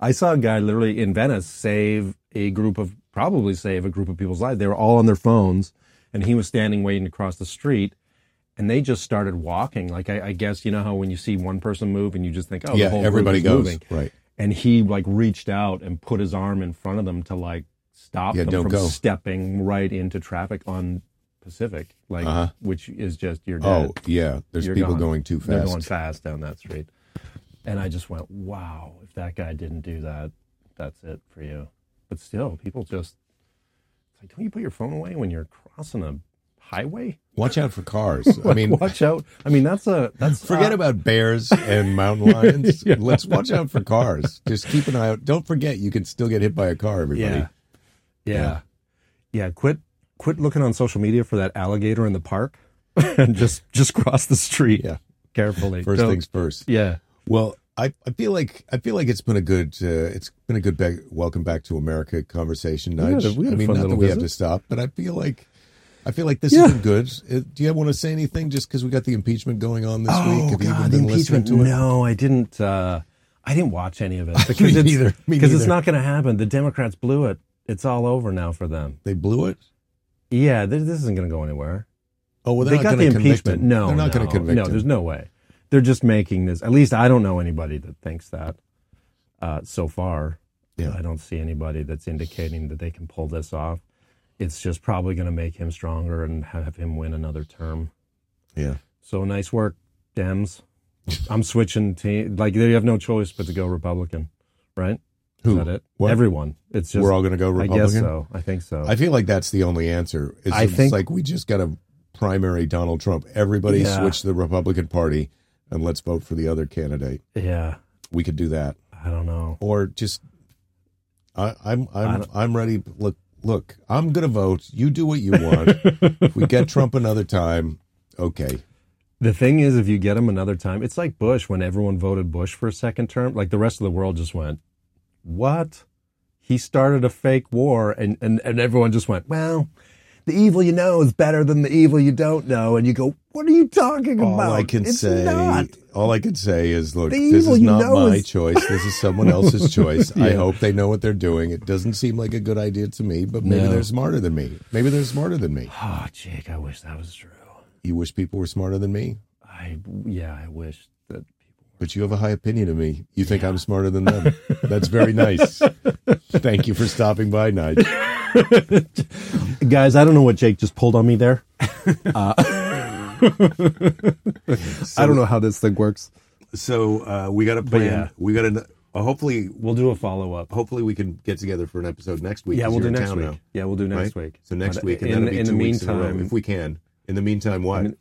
[SPEAKER 3] I saw a guy literally in Venice save a group of probably save a group of people's lives. They were all on their phones, and he was standing waiting to cross the street, and they just started walking. Like I, I guess you know how when you see one person move and you just think, oh, the
[SPEAKER 2] yeah,
[SPEAKER 3] whole
[SPEAKER 2] everybody
[SPEAKER 3] group is
[SPEAKER 2] goes
[SPEAKER 3] moving.
[SPEAKER 2] right.
[SPEAKER 3] And he like reached out and put his arm in front of them to like stop
[SPEAKER 2] Yeah,
[SPEAKER 3] them
[SPEAKER 2] don't
[SPEAKER 3] from
[SPEAKER 2] go.
[SPEAKER 3] stepping right into traffic on Pacific, like which is just your
[SPEAKER 2] Uh-huh. Oh yeah, there's
[SPEAKER 3] You're
[SPEAKER 2] people
[SPEAKER 3] gone.
[SPEAKER 2] going too fast.
[SPEAKER 3] they're going fast down that street. And I just went, wow, if that guy didn't do that, that's it for you. But still, people just, it's like, don't you put your phone away when you're crossing a highway?
[SPEAKER 2] Watch out for cars. I mean,
[SPEAKER 3] Watch out. I mean, that's a, that's,
[SPEAKER 2] Forget
[SPEAKER 3] uh,
[SPEAKER 2] about bears and mountain lions. Let's watch out for cars. Just keep an eye out. Don't forget, you can still get hit by a car, everybody.
[SPEAKER 3] Yeah. yeah. Yeah. Quit, quit looking on social media for that alligator in the park and just, just cross the street
[SPEAKER 2] Yeah.
[SPEAKER 3] carefully.
[SPEAKER 2] 1st
[SPEAKER 3] Don't-
[SPEAKER 2] things first.
[SPEAKER 3] Yeah.
[SPEAKER 2] Well, I, I feel like I feel like it's been a good uh, it's been a good back, welcome back to America conversation.
[SPEAKER 3] had a-
[SPEAKER 2] Nige.
[SPEAKER 3] we had
[SPEAKER 2] I
[SPEAKER 3] a
[SPEAKER 2] mean,
[SPEAKER 3] fun
[SPEAKER 2] not that
[SPEAKER 3] little
[SPEAKER 2] we have
[SPEAKER 3] visit.
[SPEAKER 2] to stop, but I feel like I feel like this
[SPEAKER 3] Yeah.
[SPEAKER 2] has been good. Uh, do you want to say anything? Just because we got the impeachment going on this week, have you even
[SPEAKER 3] the
[SPEAKER 2] been listening
[SPEAKER 3] Oh, impeachment.
[SPEAKER 2] to it?
[SPEAKER 3] No, I didn't. Uh, I didn't watch any of it because
[SPEAKER 2] Me
[SPEAKER 3] it's,
[SPEAKER 2] neither. Me
[SPEAKER 3] Because it's
[SPEAKER 2] neither.
[SPEAKER 3] not going to happen. The Democrats blew it. It's all over now for them.
[SPEAKER 2] They blew it.
[SPEAKER 3] Yeah, this, this isn't going to go anywhere.
[SPEAKER 2] Oh, well, they're
[SPEAKER 3] they
[SPEAKER 2] not
[SPEAKER 3] got the
[SPEAKER 2] going to convict
[SPEAKER 3] impeachment.
[SPEAKER 2] him.
[SPEAKER 3] No,
[SPEAKER 2] they're not
[SPEAKER 3] no,
[SPEAKER 2] going to convict
[SPEAKER 3] No,
[SPEAKER 2] him.
[SPEAKER 3] there's no way. They're just making this. At least I don't know anybody that thinks that. Uh, so far,
[SPEAKER 2] Yeah.
[SPEAKER 3] I don't see anybody that's indicating that they can pull this off. It's just probably going to make him stronger and have him win another term.
[SPEAKER 2] Yeah.
[SPEAKER 3] So nice work, Dems. I'm switching team. Like you have no choice but to go Republican, right?
[SPEAKER 2] Who?
[SPEAKER 3] Is that it?
[SPEAKER 2] What?
[SPEAKER 3] Everyone. It's just
[SPEAKER 2] We're all going to go
[SPEAKER 3] I
[SPEAKER 2] Republican.
[SPEAKER 3] guess so. I think so.
[SPEAKER 2] I feel like that's the only answer. It's,
[SPEAKER 3] I
[SPEAKER 2] it's
[SPEAKER 3] think-
[SPEAKER 2] like we just got to primary Donald Trump. Everybody
[SPEAKER 3] Yeah.
[SPEAKER 2] switch to the Republican Party and let's vote for the other candidate.
[SPEAKER 3] yeah.
[SPEAKER 2] We could do that,
[SPEAKER 3] I don't know.
[SPEAKER 2] or just I, I'm
[SPEAKER 3] I
[SPEAKER 2] I'm
[SPEAKER 3] don't-
[SPEAKER 2] I'm ready. Look, look, I'm going to vote. You do what you want. if we get Trump another time, okay.
[SPEAKER 3] The thing is, if you get him another time, it's like Bush when everyone voted Bush for a second term. Like the rest of the world just went, "What?" He started a fake war, and and and everyone just went, "Well." The evil you know is better than the evil you don't know, and you go, "What are you talking
[SPEAKER 2] All
[SPEAKER 3] about?"
[SPEAKER 2] I can
[SPEAKER 3] It's
[SPEAKER 2] say,
[SPEAKER 3] not.
[SPEAKER 2] all I can say is, look,
[SPEAKER 3] The
[SPEAKER 2] this
[SPEAKER 3] evil
[SPEAKER 2] is
[SPEAKER 3] you
[SPEAKER 2] not
[SPEAKER 3] know
[SPEAKER 2] my
[SPEAKER 3] is-
[SPEAKER 2] choice. This is someone else's choice. I
[SPEAKER 3] Yeah.
[SPEAKER 2] hope they know what they're doing. It doesn't seem like a good idea to me, but maybe
[SPEAKER 3] No.
[SPEAKER 2] they're smarter than me. Maybe they're smarter than me.
[SPEAKER 3] Oh, Jake, I wish that was true.
[SPEAKER 2] You wish people were smarter than me,
[SPEAKER 3] I yeah, I wish that people.
[SPEAKER 2] but you have a high opinion of me. You think I'm smarter than them. That's very nice. Thank you for stopping by, Nigel.
[SPEAKER 3] Guys, I don't know what Jake just pulled on me there. I don't know how this thing works.
[SPEAKER 1] So uh, we got a plan.
[SPEAKER 3] yeah.
[SPEAKER 1] We got a. Uh, hopefully,
[SPEAKER 3] We'll do a follow up.
[SPEAKER 1] hopefully we can get together for an episode next week.
[SPEAKER 3] Yeah,
[SPEAKER 1] 'cause
[SPEAKER 3] we'll
[SPEAKER 1] you're
[SPEAKER 3] do
[SPEAKER 1] in
[SPEAKER 3] next
[SPEAKER 1] town
[SPEAKER 3] week.
[SPEAKER 1] now,
[SPEAKER 3] Yeah, we'll do next
[SPEAKER 1] right?
[SPEAKER 3] week.
[SPEAKER 1] So next
[SPEAKER 3] But
[SPEAKER 1] week, and
[SPEAKER 3] in,
[SPEAKER 1] that'll be
[SPEAKER 3] in
[SPEAKER 1] two
[SPEAKER 3] the
[SPEAKER 1] weeks in a row,
[SPEAKER 3] meantime,
[SPEAKER 1] if we can. In the meantime, what?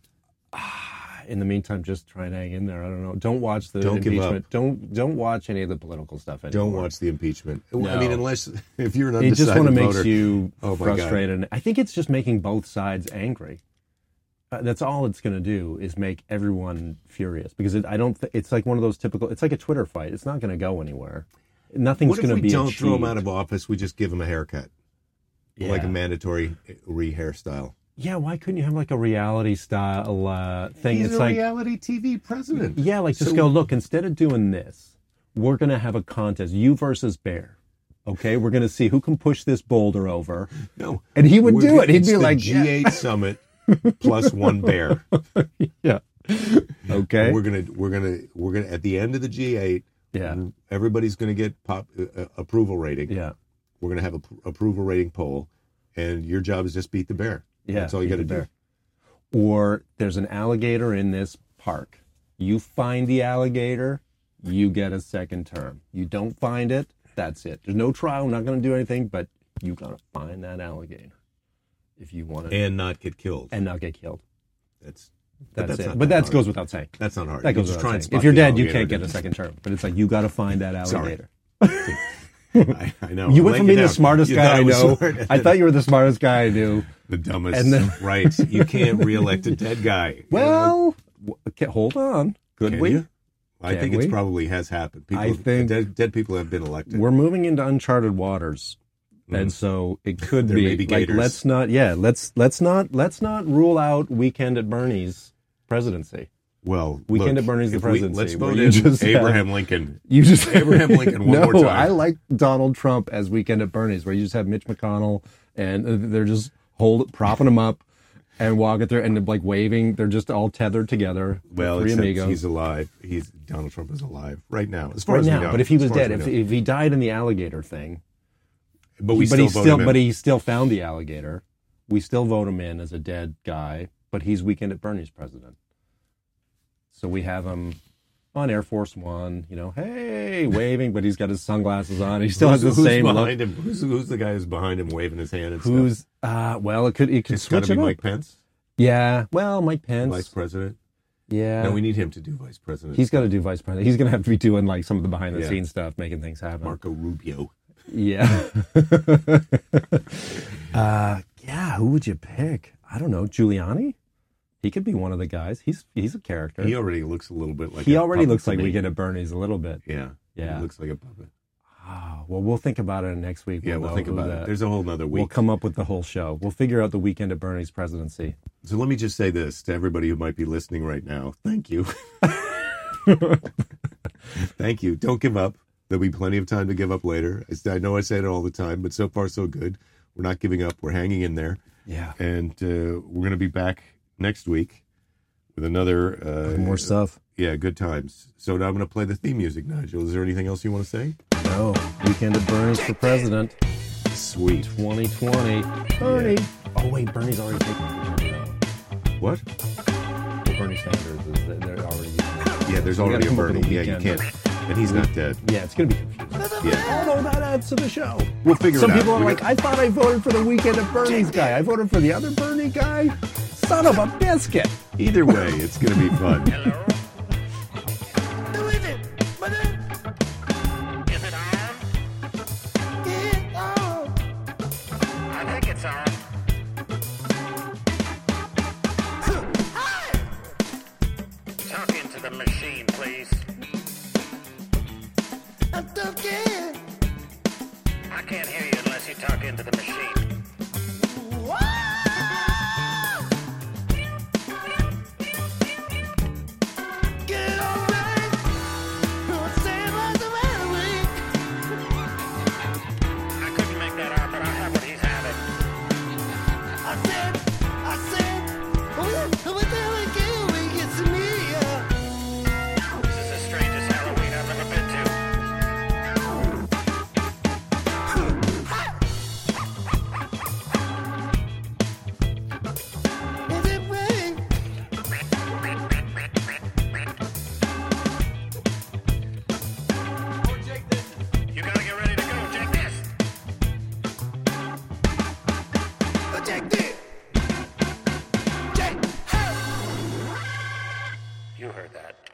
[SPEAKER 3] in the meantime, just try and hang in there. I don't know. Don't watch the
[SPEAKER 1] Don't give
[SPEAKER 3] impeachment. Don't don't watch any of the political stuff anymore.
[SPEAKER 1] Don't watch the impeachment. I
[SPEAKER 3] No.
[SPEAKER 1] mean, unless if you're an
[SPEAKER 3] It
[SPEAKER 1] undecided
[SPEAKER 3] just want to
[SPEAKER 1] voter,
[SPEAKER 3] make you
[SPEAKER 1] Oh, my God.
[SPEAKER 3] frustrated. I think it's just making both sides angry. Uh, that's all it's going to do is make everyone furious because it, I don't. Th- it's like one of those typical. It's like a Twitter fight. It's not going to go anywhere. Nothing's
[SPEAKER 1] what
[SPEAKER 3] going
[SPEAKER 1] if we
[SPEAKER 3] to be.
[SPEAKER 1] don't throw him
[SPEAKER 3] achieved.
[SPEAKER 1] out of office? We just give him a haircut,
[SPEAKER 3] yeah.
[SPEAKER 1] like a mandatory re-hairstyle.
[SPEAKER 3] Yeah, why couldn't you have like a reality style uh, thing?
[SPEAKER 1] He's
[SPEAKER 3] it's
[SPEAKER 1] a
[SPEAKER 3] like
[SPEAKER 1] reality TV president.
[SPEAKER 3] yeah, like just
[SPEAKER 1] So-
[SPEAKER 3] go look. Instead of doing this, we're going to have a contest. You versus Bear. Okay, we're going to see who can push this boulder over.
[SPEAKER 1] No,
[SPEAKER 3] And he would
[SPEAKER 1] We're-
[SPEAKER 3] do it. He'd
[SPEAKER 1] it's
[SPEAKER 3] be
[SPEAKER 1] the
[SPEAKER 3] like, yeah.
[SPEAKER 1] G8 summit plus one bear.
[SPEAKER 3] Yeah. Okay.
[SPEAKER 1] We're gonna we're gonna we're gonna at the end of the G8.
[SPEAKER 3] Yeah.
[SPEAKER 1] Everybody's gonna get pop uh, uh, approval rating.
[SPEAKER 3] yeah.
[SPEAKER 1] We're gonna have a p- approval rating poll, and your job is just beat the bear.
[SPEAKER 3] Yeah,
[SPEAKER 1] that's all you
[SPEAKER 3] beat
[SPEAKER 1] got to
[SPEAKER 3] the
[SPEAKER 1] do.
[SPEAKER 3] bear. or there's an alligator in this park. You find the alligator, you get a second term. You don't find it, that's it. There's no trial, we're not going to do anything, but you got to find that alligator if you want to
[SPEAKER 1] And not get killed.
[SPEAKER 3] and not get killed.
[SPEAKER 1] That's
[SPEAKER 3] That's,
[SPEAKER 1] that's
[SPEAKER 3] it.
[SPEAKER 1] not
[SPEAKER 3] But
[SPEAKER 1] that
[SPEAKER 3] that
[SPEAKER 1] hard.
[SPEAKER 3] goes without saying.
[SPEAKER 1] That's not hard.
[SPEAKER 3] That
[SPEAKER 1] You
[SPEAKER 3] goes
[SPEAKER 1] just
[SPEAKER 3] without
[SPEAKER 1] try and
[SPEAKER 3] saying.
[SPEAKER 1] spot
[SPEAKER 3] If you're
[SPEAKER 1] the
[SPEAKER 3] dead, you
[SPEAKER 1] alligator
[SPEAKER 3] can't get a
[SPEAKER 1] doesn't-
[SPEAKER 3] second term. But it's like you got to find that alligator.
[SPEAKER 1] I, I know.
[SPEAKER 3] You
[SPEAKER 1] I'm
[SPEAKER 3] went from
[SPEAKER 1] blanking
[SPEAKER 3] being the
[SPEAKER 1] out.
[SPEAKER 3] smartest
[SPEAKER 1] You
[SPEAKER 3] guy
[SPEAKER 1] thought
[SPEAKER 3] I
[SPEAKER 1] was
[SPEAKER 3] know.
[SPEAKER 1] smart, and
[SPEAKER 3] I
[SPEAKER 1] then
[SPEAKER 3] thought you were the smartest guy I knew.
[SPEAKER 1] the dumbest.
[SPEAKER 3] and then-
[SPEAKER 1] right. You can't reelect a dead guy.
[SPEAKER 3] Well, w- okay, hold on. Could
[SPEAKER 1] Can
[SPEAKER 3] we?
[SPEAKER 1] you? I
[SPEAKER 3] Can
[SPEAKER 1] think it's
[SPEAKER 3] we?
[SPEAKER 1] probably has happened. People,
[SPEAKER 3] I think-
[SPEAKER 1] dead, dead people have been elected.
[SPEAKER 3] We're moving into uncharted waters. And so it could
[SPEAKER 1] Mm-hmm. There
[SPEAKER 3] be
[SPEAKER 1] may be
[SPEAKER 3] like
[SPEAKER 1] gators.
[SPEAKER 3] let's not yeah, let's let's not let's not rule out weekend at Bernie's presidency.
[SPEAKER 1] Well,
[SPEAKER 3] Weekend
[SPEAKER 1] look,
[SPEAKER 3] at Bernie's the
[SPEAKER 1] if
[SPEAKER 3] presidency,
[SPEAKER 1] let's
[SPEAKER 3] where
[SPEAKER 1] vote
[SPEAKER 3] you
[SPEAKER 1] in
[SPEAKER 3] just have-
[SPEAKER 1] Abraham Lincoln.
[SPEAKER 3] You just
[SPEAKER 1] Abraham Lincoln one
[SPEAKER 3] no,
[SPEAKER 1] more time.
[SPEAKER 3] I like Donald Trump as weekend at Bernie's where you just have Mitch McConnell and uh, they're just hold propping him up and walking through and like waving. They're just all tethered together. the
[SPEAKER 1] Well,
[SPEAKER 3] three
[SPEAKER 1] except
[SPEAKER 3] amigos.
[SPEAKER 1] he's alive. He's Donald Trump is alive right now, as far
[SPEAKER 3] right
[SPEAKER 1] as
[SPEAKER 3] now.
[SPEAKER 1] we know.
[SPEAKER 3] But if he
[SPEAKER 1] as
[SPEAKER 3] was
[SPEAKER 1] far as
[SPEAKER 3] dead,
[SPEAKER 1] we
[SPEAKER 3] if,
[SPEAKER 1] know.
[SPEAKER 3] if he died in the alligator thing,
[SPEAKER 1] but we
[SPEAKER 3] but
[SPEAKER 1] still
[SPEAKER 3] he
[SPEAKER 1] voted
[SPEAKER 3] still
[SPEAKER 1] him in.
[SPEAKER 3] but he still found the alligator. We still vote him in as a dead guy, but he's weekend at Bernie's president. So we have him on Air Force One, you know, hey, waving, but he's got his sunglasses on. He still has
[SPEAKER 1] who's,
[SPEAKER 3] the
[SPEAKER 1] who's
[SPEAKER 3] same look.
[SPEAKER 1] behind him? Who's, who's the guy who's behind him waving his hand and stuff?
[SPEAKER 3] Who's uh well it could it could
[SPEAKER 1] It's got
[SPEAKER 3] switch
[SPEAKER 1] to be
[SPEAKER 3] it up.
[SPEAKER 1] Mike Pence,
[SPEAKER 3] Yeah. Well Mike Pence.
[SPEAKER 1] vice president.
[SPEAKER 3] yeah.
[SPEAKER 1] no, we need him to do vice president.
[SPEAKER 3] he's gotta do vice president. He's gonna have to be doing like some of the behind the
[SPEAKER 1] Yeah.
[SPEAKER 3] scenes stuff, making things happen.
[SPEAKER 1] Marco Rubio.
[SPEAKER 3] Yeah. uh, yeah. Who would you pick? I don't know. Giuliani. He could be one of the guys. He's he's a character.
[SPEAKER 1] He
[SPEAKER 3] He,
[SPEAKER 1] already looks a little bit like. a
[SPEAKER 3] already
[SPEAKER 1] puppet
[SPEAKER 3] looks
[SPEAKER 1] to
[SPEAKER 3] like
[SPEAKER 1] me.
[SPEAKER 3] we get at Bernie's a little bit.
[SPEAKER 1] Yeah,
[SPEAKER 3] Yeah.
[SPEAKER 1] He looks like a puppet.
[SPEAKER 3] Ah, well, we'll think about it next week.
[SPEAKER 1] Yeah, we'll
[SPEAKER 3] know
[SPEAKER 1] think
[SPEAKER 3] who
[SPEAKER 1] about
[SPEAKER 3] the-
[SPEAKER 1] it. There's a whole nother week.
[SPEAKER 3] we'll come up with the whole show. We'll figure out the weekend at Bernie's presidency.
[SPEAKER 1] So let me just say this to everybody who might be listening right now. Thank you. Thank you. Don't give up. There'll be plenty of time to give up later. I s- I know I say it all the time, but so far so good. We're not giving up. We're hanging in there,
[SPEAKER 3] Yeah.
[SPEAKER 1] and uh, we're going to be back next week with another uh,
[SPEAKER 3] More stuff.
[SPEAKER 1] Yeah, good times. So now I'm going to play the theme music. Nigel, is there anything else you want to say?
[SPEAKER 3] No. Weekend at Bernie's for president
[SPEAKER 1] Sweet.
[SPEAKER 3] 2020. Bernie. Oh, wait. Bernie's already taken the turn.
[SPEAKER 1] What?
[SPEAKER 3] Bernie Sanders is they're already using it.
[SPEAKER 1] Yeah, there's
[SPEAKER 3] gotta
[SPEAKER 1] already a
[SPEAKER 3] come up with
[SPEAKER 1] Bernie. Yeah,
[SPEAKER 3] a
[SPEAKER 1] you
[SPEAKER 3] weekend.
[SPEAKER 1] can't. And he's not dead.
[SPEAKER 3] Yeah, it's gonna be confusing.
[SPEAKER 1] Yeah.
[SPEAKER 3] Although that adds to the show.
[SPEAKER 1] We'll figure
[SPEAKER 3] Some
[SPEAKER 1] it out.
[SPEAKER 3] people are
[SPEAKER 1] We
[SPEAKER 3] like,
[SPEAKER 1] got-
[SPEAKER 3] I thought I voted for the weekend of Bernie's guy. I voted for the other Bernie guy. Son of a biscuit.
[SPEAKER 1] Either way, it's going to be fun.
[SPEAKER 4] Who is it? Mother? Is it on? It's on. I think it's on. Hi! Talk into the machine, please. I'm talking. I can't hear you unless you talk into the machine. Get it all right. I couldn't make that out, but I have what he's having.
[SPEAKER 5] I said, I said, what, what the hell again when it gets to me? Uh,
[SPEAKER 4] This is the strangest Halloween I've ever been to.
[SPEAKER 5] is it rain?
[SPEAKER 4] You gotta get ready to go. Take this.
[SPEAKER 5] Check this. Check.
[SPEAKER 4] You heard that.